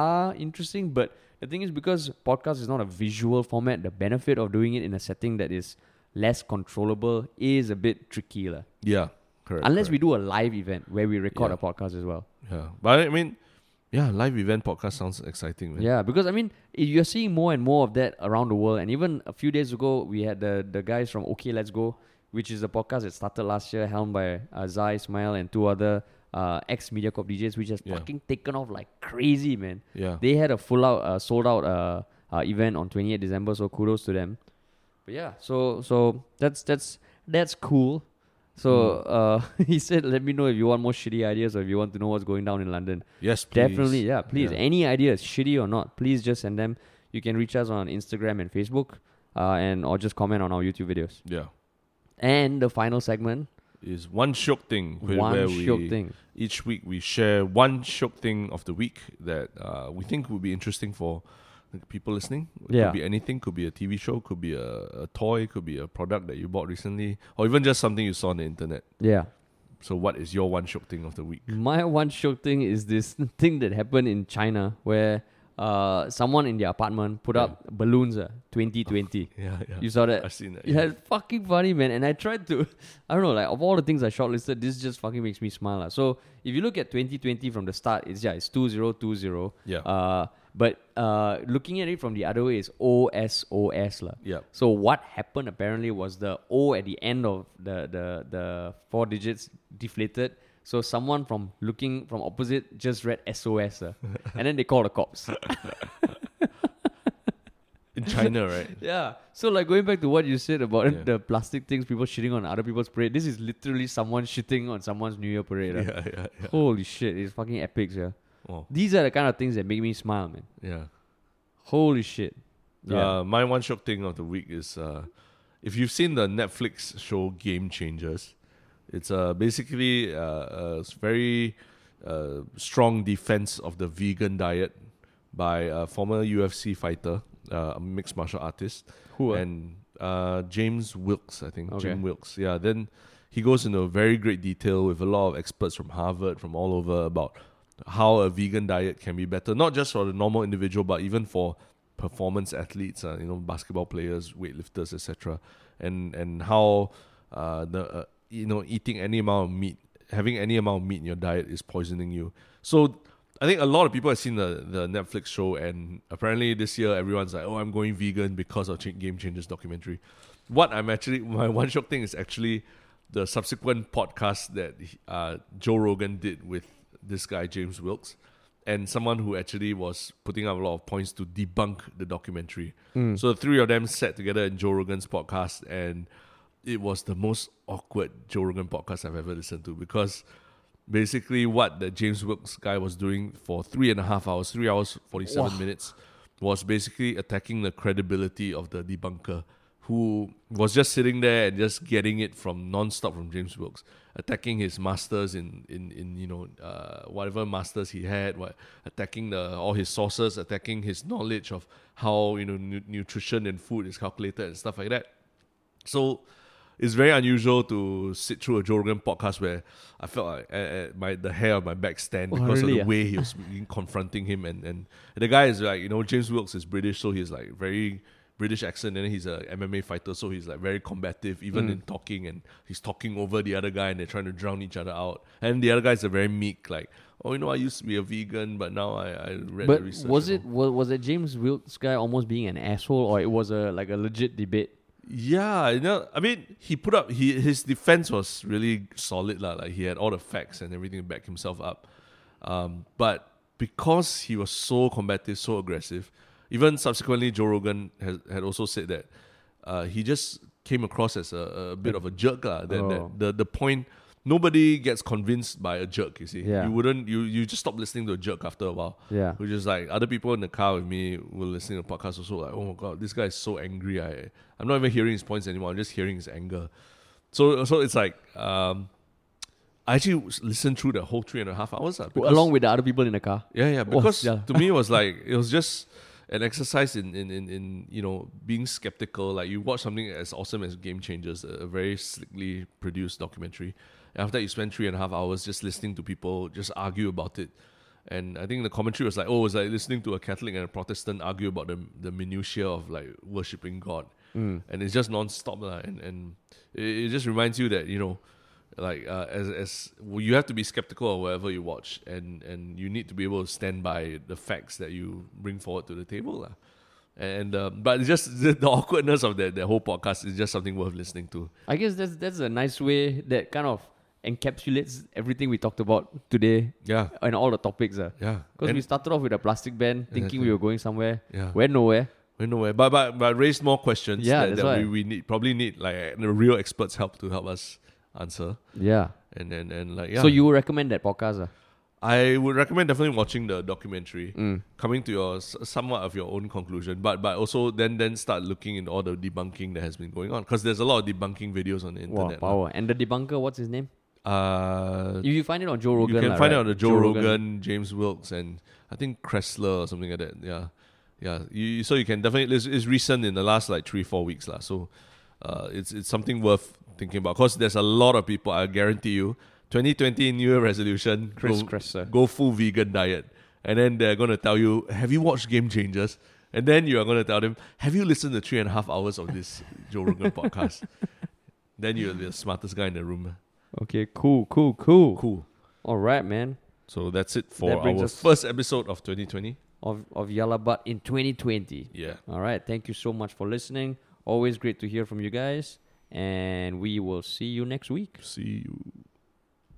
Speaker 1: are interesting, but the thing is because podcast is not a visual format, the benefit of doing it in a setting that is less controllable is a bit tricky. lah.
Speaker 2: yeah, correct.
Speaker 1: Unless we
Speaker 2: correct.
Speaker 1: do a live event where we record
Speaker 2: Yeah.
Speaker 1: a podcast as well.
Speaker 2: we. Yeah, but I mean, yeah, live event podcast sounds exciting. Man.
Speaker 1: Yeah, because I mean, i- you're seeing more and more of that around the world. And even a few days ago, we had the the guys from OK Let's Go, which is a podcast that started last year, helmed by uh, Zai Ismail and two other uh, ex MediaCorp DJs, which has
Speaker 2: Yeah.
Speaker 1: fucking taken off like crazy, man.
Speaker 2: yeah.
Speaker 1: They had a full out, uh, sold out uh, uh, event on 28 December, so kudos to them. But yeah, so so that's that's that's cool. So
Speaker 2: Mm.
Speaker 1: uh, he said, "Let me know if you want more shitty ideas or if you want to know what's going down in London."
Speaker 2: yes, please.
Speaker 1: Definitely, yeah. Please, any ideas, shitty or not, please just send them. You can reach us on Instagram and Facebook, uh, and or just comment on our YouTube videos.
Speaker 2: Yeah.
Speaker 1: And the final segment,
Speaker 2: Is one shook thing where, where
Speaker 1: one
Speaker 2: we
Speaker 1: shook thing.
Speaker 2: each week we share one shook thing of the week that uh, we think would be interesting for the people listening. It
Speaker 1: Yeah.
Speaker 2: could be anything, could be a TV show, could be a, a toy, could be a product that you bought recently, or even just something you saw on the internet.
Speaker 1: Yeah,
Speaker 2: So, what is your one shook thing of the week?
Speaker 1: my one shook thing is this thing that happened in China where uh someone in their apartment put up balloons, uh, twenty twenty.
Speaker 2: Yeah, yeah.
Speaker 1: You saw that?
Speaker 2: I've seen that.
Speaker 1: Yeah, it's fucking funny, man. And I tried to, I don't know, like of all the things I shortlisted, this just fucking makes me smile. lah. So if you look at 2020 from the start, it's yeah, it's 2020.
Speaker 2: Yeah.
Speaker 1: Uh, but uh, looking at it from the other way is OSOS. lah.
Speaker 2: Yeah.
Speaker 1: So what happened apparently was the O at the end of the, the, the four digits deflated. So someone from looking from opposite just read SOS. lah. and then they called the cops.
Speaker 2: In China, right?
Speaker 1: Yeah. So like going back to what you said about
Speaker 2: Yeah.
Speaker 1: the plastic things, people shitting on other people's parade. This is literally someone shitting on someone's New Year parade. ah.
Speaker 2: yeah, yeah, yeah.
Speaker 1: Holy shit, it's fucking epic, yeah.
Speaker 2: Wow.
Speaker 1: These are the kind of things that make me smile, man.
Speaker 2: Yeah.
Speaker 1: Holy shit. Yeah.
Speaker 2: Uh, my one shock thing of the week is uh, if you've seen the Netflix show Game Changers, it's uh, basically uh, a s- very uh, strong defense of the vegan diet by a former UFC fighter, uh, a mixed martial artist,
Speaker 1: Who, ah?
Speaker 2: and uh, James Wilkes, I think
Speaker 1: Okay.
Speaker 2: Jim Wilkes. Yeah, then he goes into very great detail with a lot of experts from Harvard, from all over about how a vegan diet can be better, not just for the normal individual, but even for performance athletes, uh, you know, basketball players, weightlifters, etc. And and how uh, the uh, you know eating any amount of meat, having any amount of meat in your diet is poisoning you. So I think a lot of people have seen the, the Netflix show, and apparently this year everyone's like, "Oh, I'm going vegan because of Ch- Game Changers documentary." What I'm actually my one shock thing is actually the subsequent podcast that uh, Joe Rogan did with this guy James Wilkes, and someone who actually was putting up a lot of points to debunk the documentary. So the three of them sat together in Joe Rogan's podcast, and it was the most awkward Joe Rogan podcast I've ever listened to because basically what the James Wilkes guy was doing for three and a half hours, three hours forty seven minutes, was basically attacking the credibility of the debunker who was just sitting there and just getting it from non-stop from James Wilkes, attacking his masters in in, in you know uh, whatever masters he had, what, attacking the all his sources, attacking his knowledge of how you know nu- nutrition and food is calculated and stuff like that. So it's very unusual to sit through a Joe Rogan podcast where I felt like eh, eh, my the hair on my back stand
Speaker 1: Oh,
Speaker 2: because
Speaker 1: really,
Speaker 2: of
Speaker 1: ah?
Speaker 2: the way he was speaking, confronting him, and, and and the guy is like you know James Wilkes is British, so he's like very British accent, and then he's a MMA fighter, so he's like very combative
Speaker 1: Mm.
Speaker 2: even in talking, and he's talking over the other guy, and they're trying to drown each other out, and the other guys are very meek, like oh you know I used to be a vegan, but now I, I read
Speaker 1: But
Speaker 2: the research.
Speaker 1: was
Speaker 2: and
Speaker 1: it was, was that James Wilkes guy almost being an asshole, or it was a like a legit debate?
Speaker 2: Yeah, you know, I mean, he put up he his defense was really solid lah. Like he had all the facts and everything to back himself up. Um, but because he was so combative, so aggressive, even subsequently, Joe Rogan has, had also said that uh, he just came across as a, a bit of a jerk lah. That,
Speaker 1: Oh.
Speaker 2: that the the point nobody gets convinced by a jerk. You see,
Speaker 1: Yeah.
Speaker 2: you wouldn't you you just stop listening to a jerk after a while.
Speaker 1: Yeah.
Speaker 2: Which is like other people in the car with me were listening to podcasts also like, oh my god, this guy is so angry. I I'm not even hearing his points anymore. I'm just hearing his anger. So so it's like um, I actually was- listened through the whole three and a half hours. Uh,
Speaker 1: Along with the other people in the car.
Speaker 2: yeah, yeah.
Speaker 1: Was-
Speaker 2: Because
Speaker 1: yeah.
Speaker 2: to me, it was like it was just an exercise in, in in in you know being skeptical. Like you watch something as awesome as Game Changers, a, a very slickly produced documentary. And after that, you spend three and a half hours just listening to people just argue about it. And I think the commentary was like, oh, it's like listening to a Catholic and a Protestant argue about the the minutia of like worshiping God, and it's just non-stop lah. And and it, it just reminds you that you know like uh, as as well, you have to be skeptical of whatever you watch, and and you need to be able to stand by the facts that you bring forward to the table, lah. And uh, but it's just the, the awkwardness of that that whole podcast is just something worth listening to.
Speaker 1: I guess that's that's a nice way that kind of encapsulates everything we talked about today
Speaker 2: Yeah,
Speaker 1: and all the topics. Because
Speaker 2: yeah,
Speaker 1: we
Speaker 2: and,
Speaker 1: started off with a plastic band, thinking we
Speaker 2: Exactly.
Speaker 1: were going somewhere.
Speaker 2: yeah.
Speaker 1: We're nowhere.
Speaker 2: We know where, but but but raised more questions.
Speaker 1: Yeah,
Speaker 2: that,
Speaker 1: that's
Speaker 2: that
Speaker 1: why.
Speaker 2: we, we need probably need like the real experts help to help us answer.
Speaker 1: Yeah.
Speaker 2: And and and like yeah.
Speaker 1: So you would recommend that podcast? ah?
Speaker 2: I would recommend definitely watching the documentary,
Speaker 1: Mm.
Speaker 2: coming to your s- somewhat of your own conclusion, but but also then then start looking in all the debunking that has been going on because there's a lot of debunking videos on the
Speaker 1: Wow,
Speaker 2: internet. now.
Speaker 1: power. And the debunker, what's his name?
Speaker 2: Uh,
Speaker 1: You, you find it on Joe
Speaker 2: you
Speaker 1: Rogan.
Speaker 2: can
Speaker 1: lah,
Speaker 2: find
Speaker 1: right?
Speaker 2: it on the Joe, Rogan, James Wilkes, and I think Kressler or something like that. Yeah, yeah. You, you- so you can definitely it's, it's recent in the last like three four weeks lah. So uh, it's it's something worth thinking about because there's a lot of people. I guarantee you, 2020 New Year resolution.
Speaker 1: Chris
Speaker 2: will-
Speaker 1: Kresser.
Speaker 2: go full vegan diet. And then they're going to tell you, have you watched Game Changers? And then you are going to tell them, have you listened to three and a half hours of this Joe Rogan podcast? Then you're the smartest guy in the room.
Speaker 1: Okay, cool, cool, cool.
Speaker 2: Cool.
Speaker 1: All right, man.
Speaker 2: So that's it for
Speaker 1: That brings
Speaker 2: our
Speaker 1: us-
Speaker 2: first episode of 2020.
Speaker 1: Of, of Yalabat in 2020.
Speaker 2: Yeah.
Speaker 1: All right. Thank you so much for listening. Always great to hear from you guys. And we will see you next week.
Speaker 2: See you.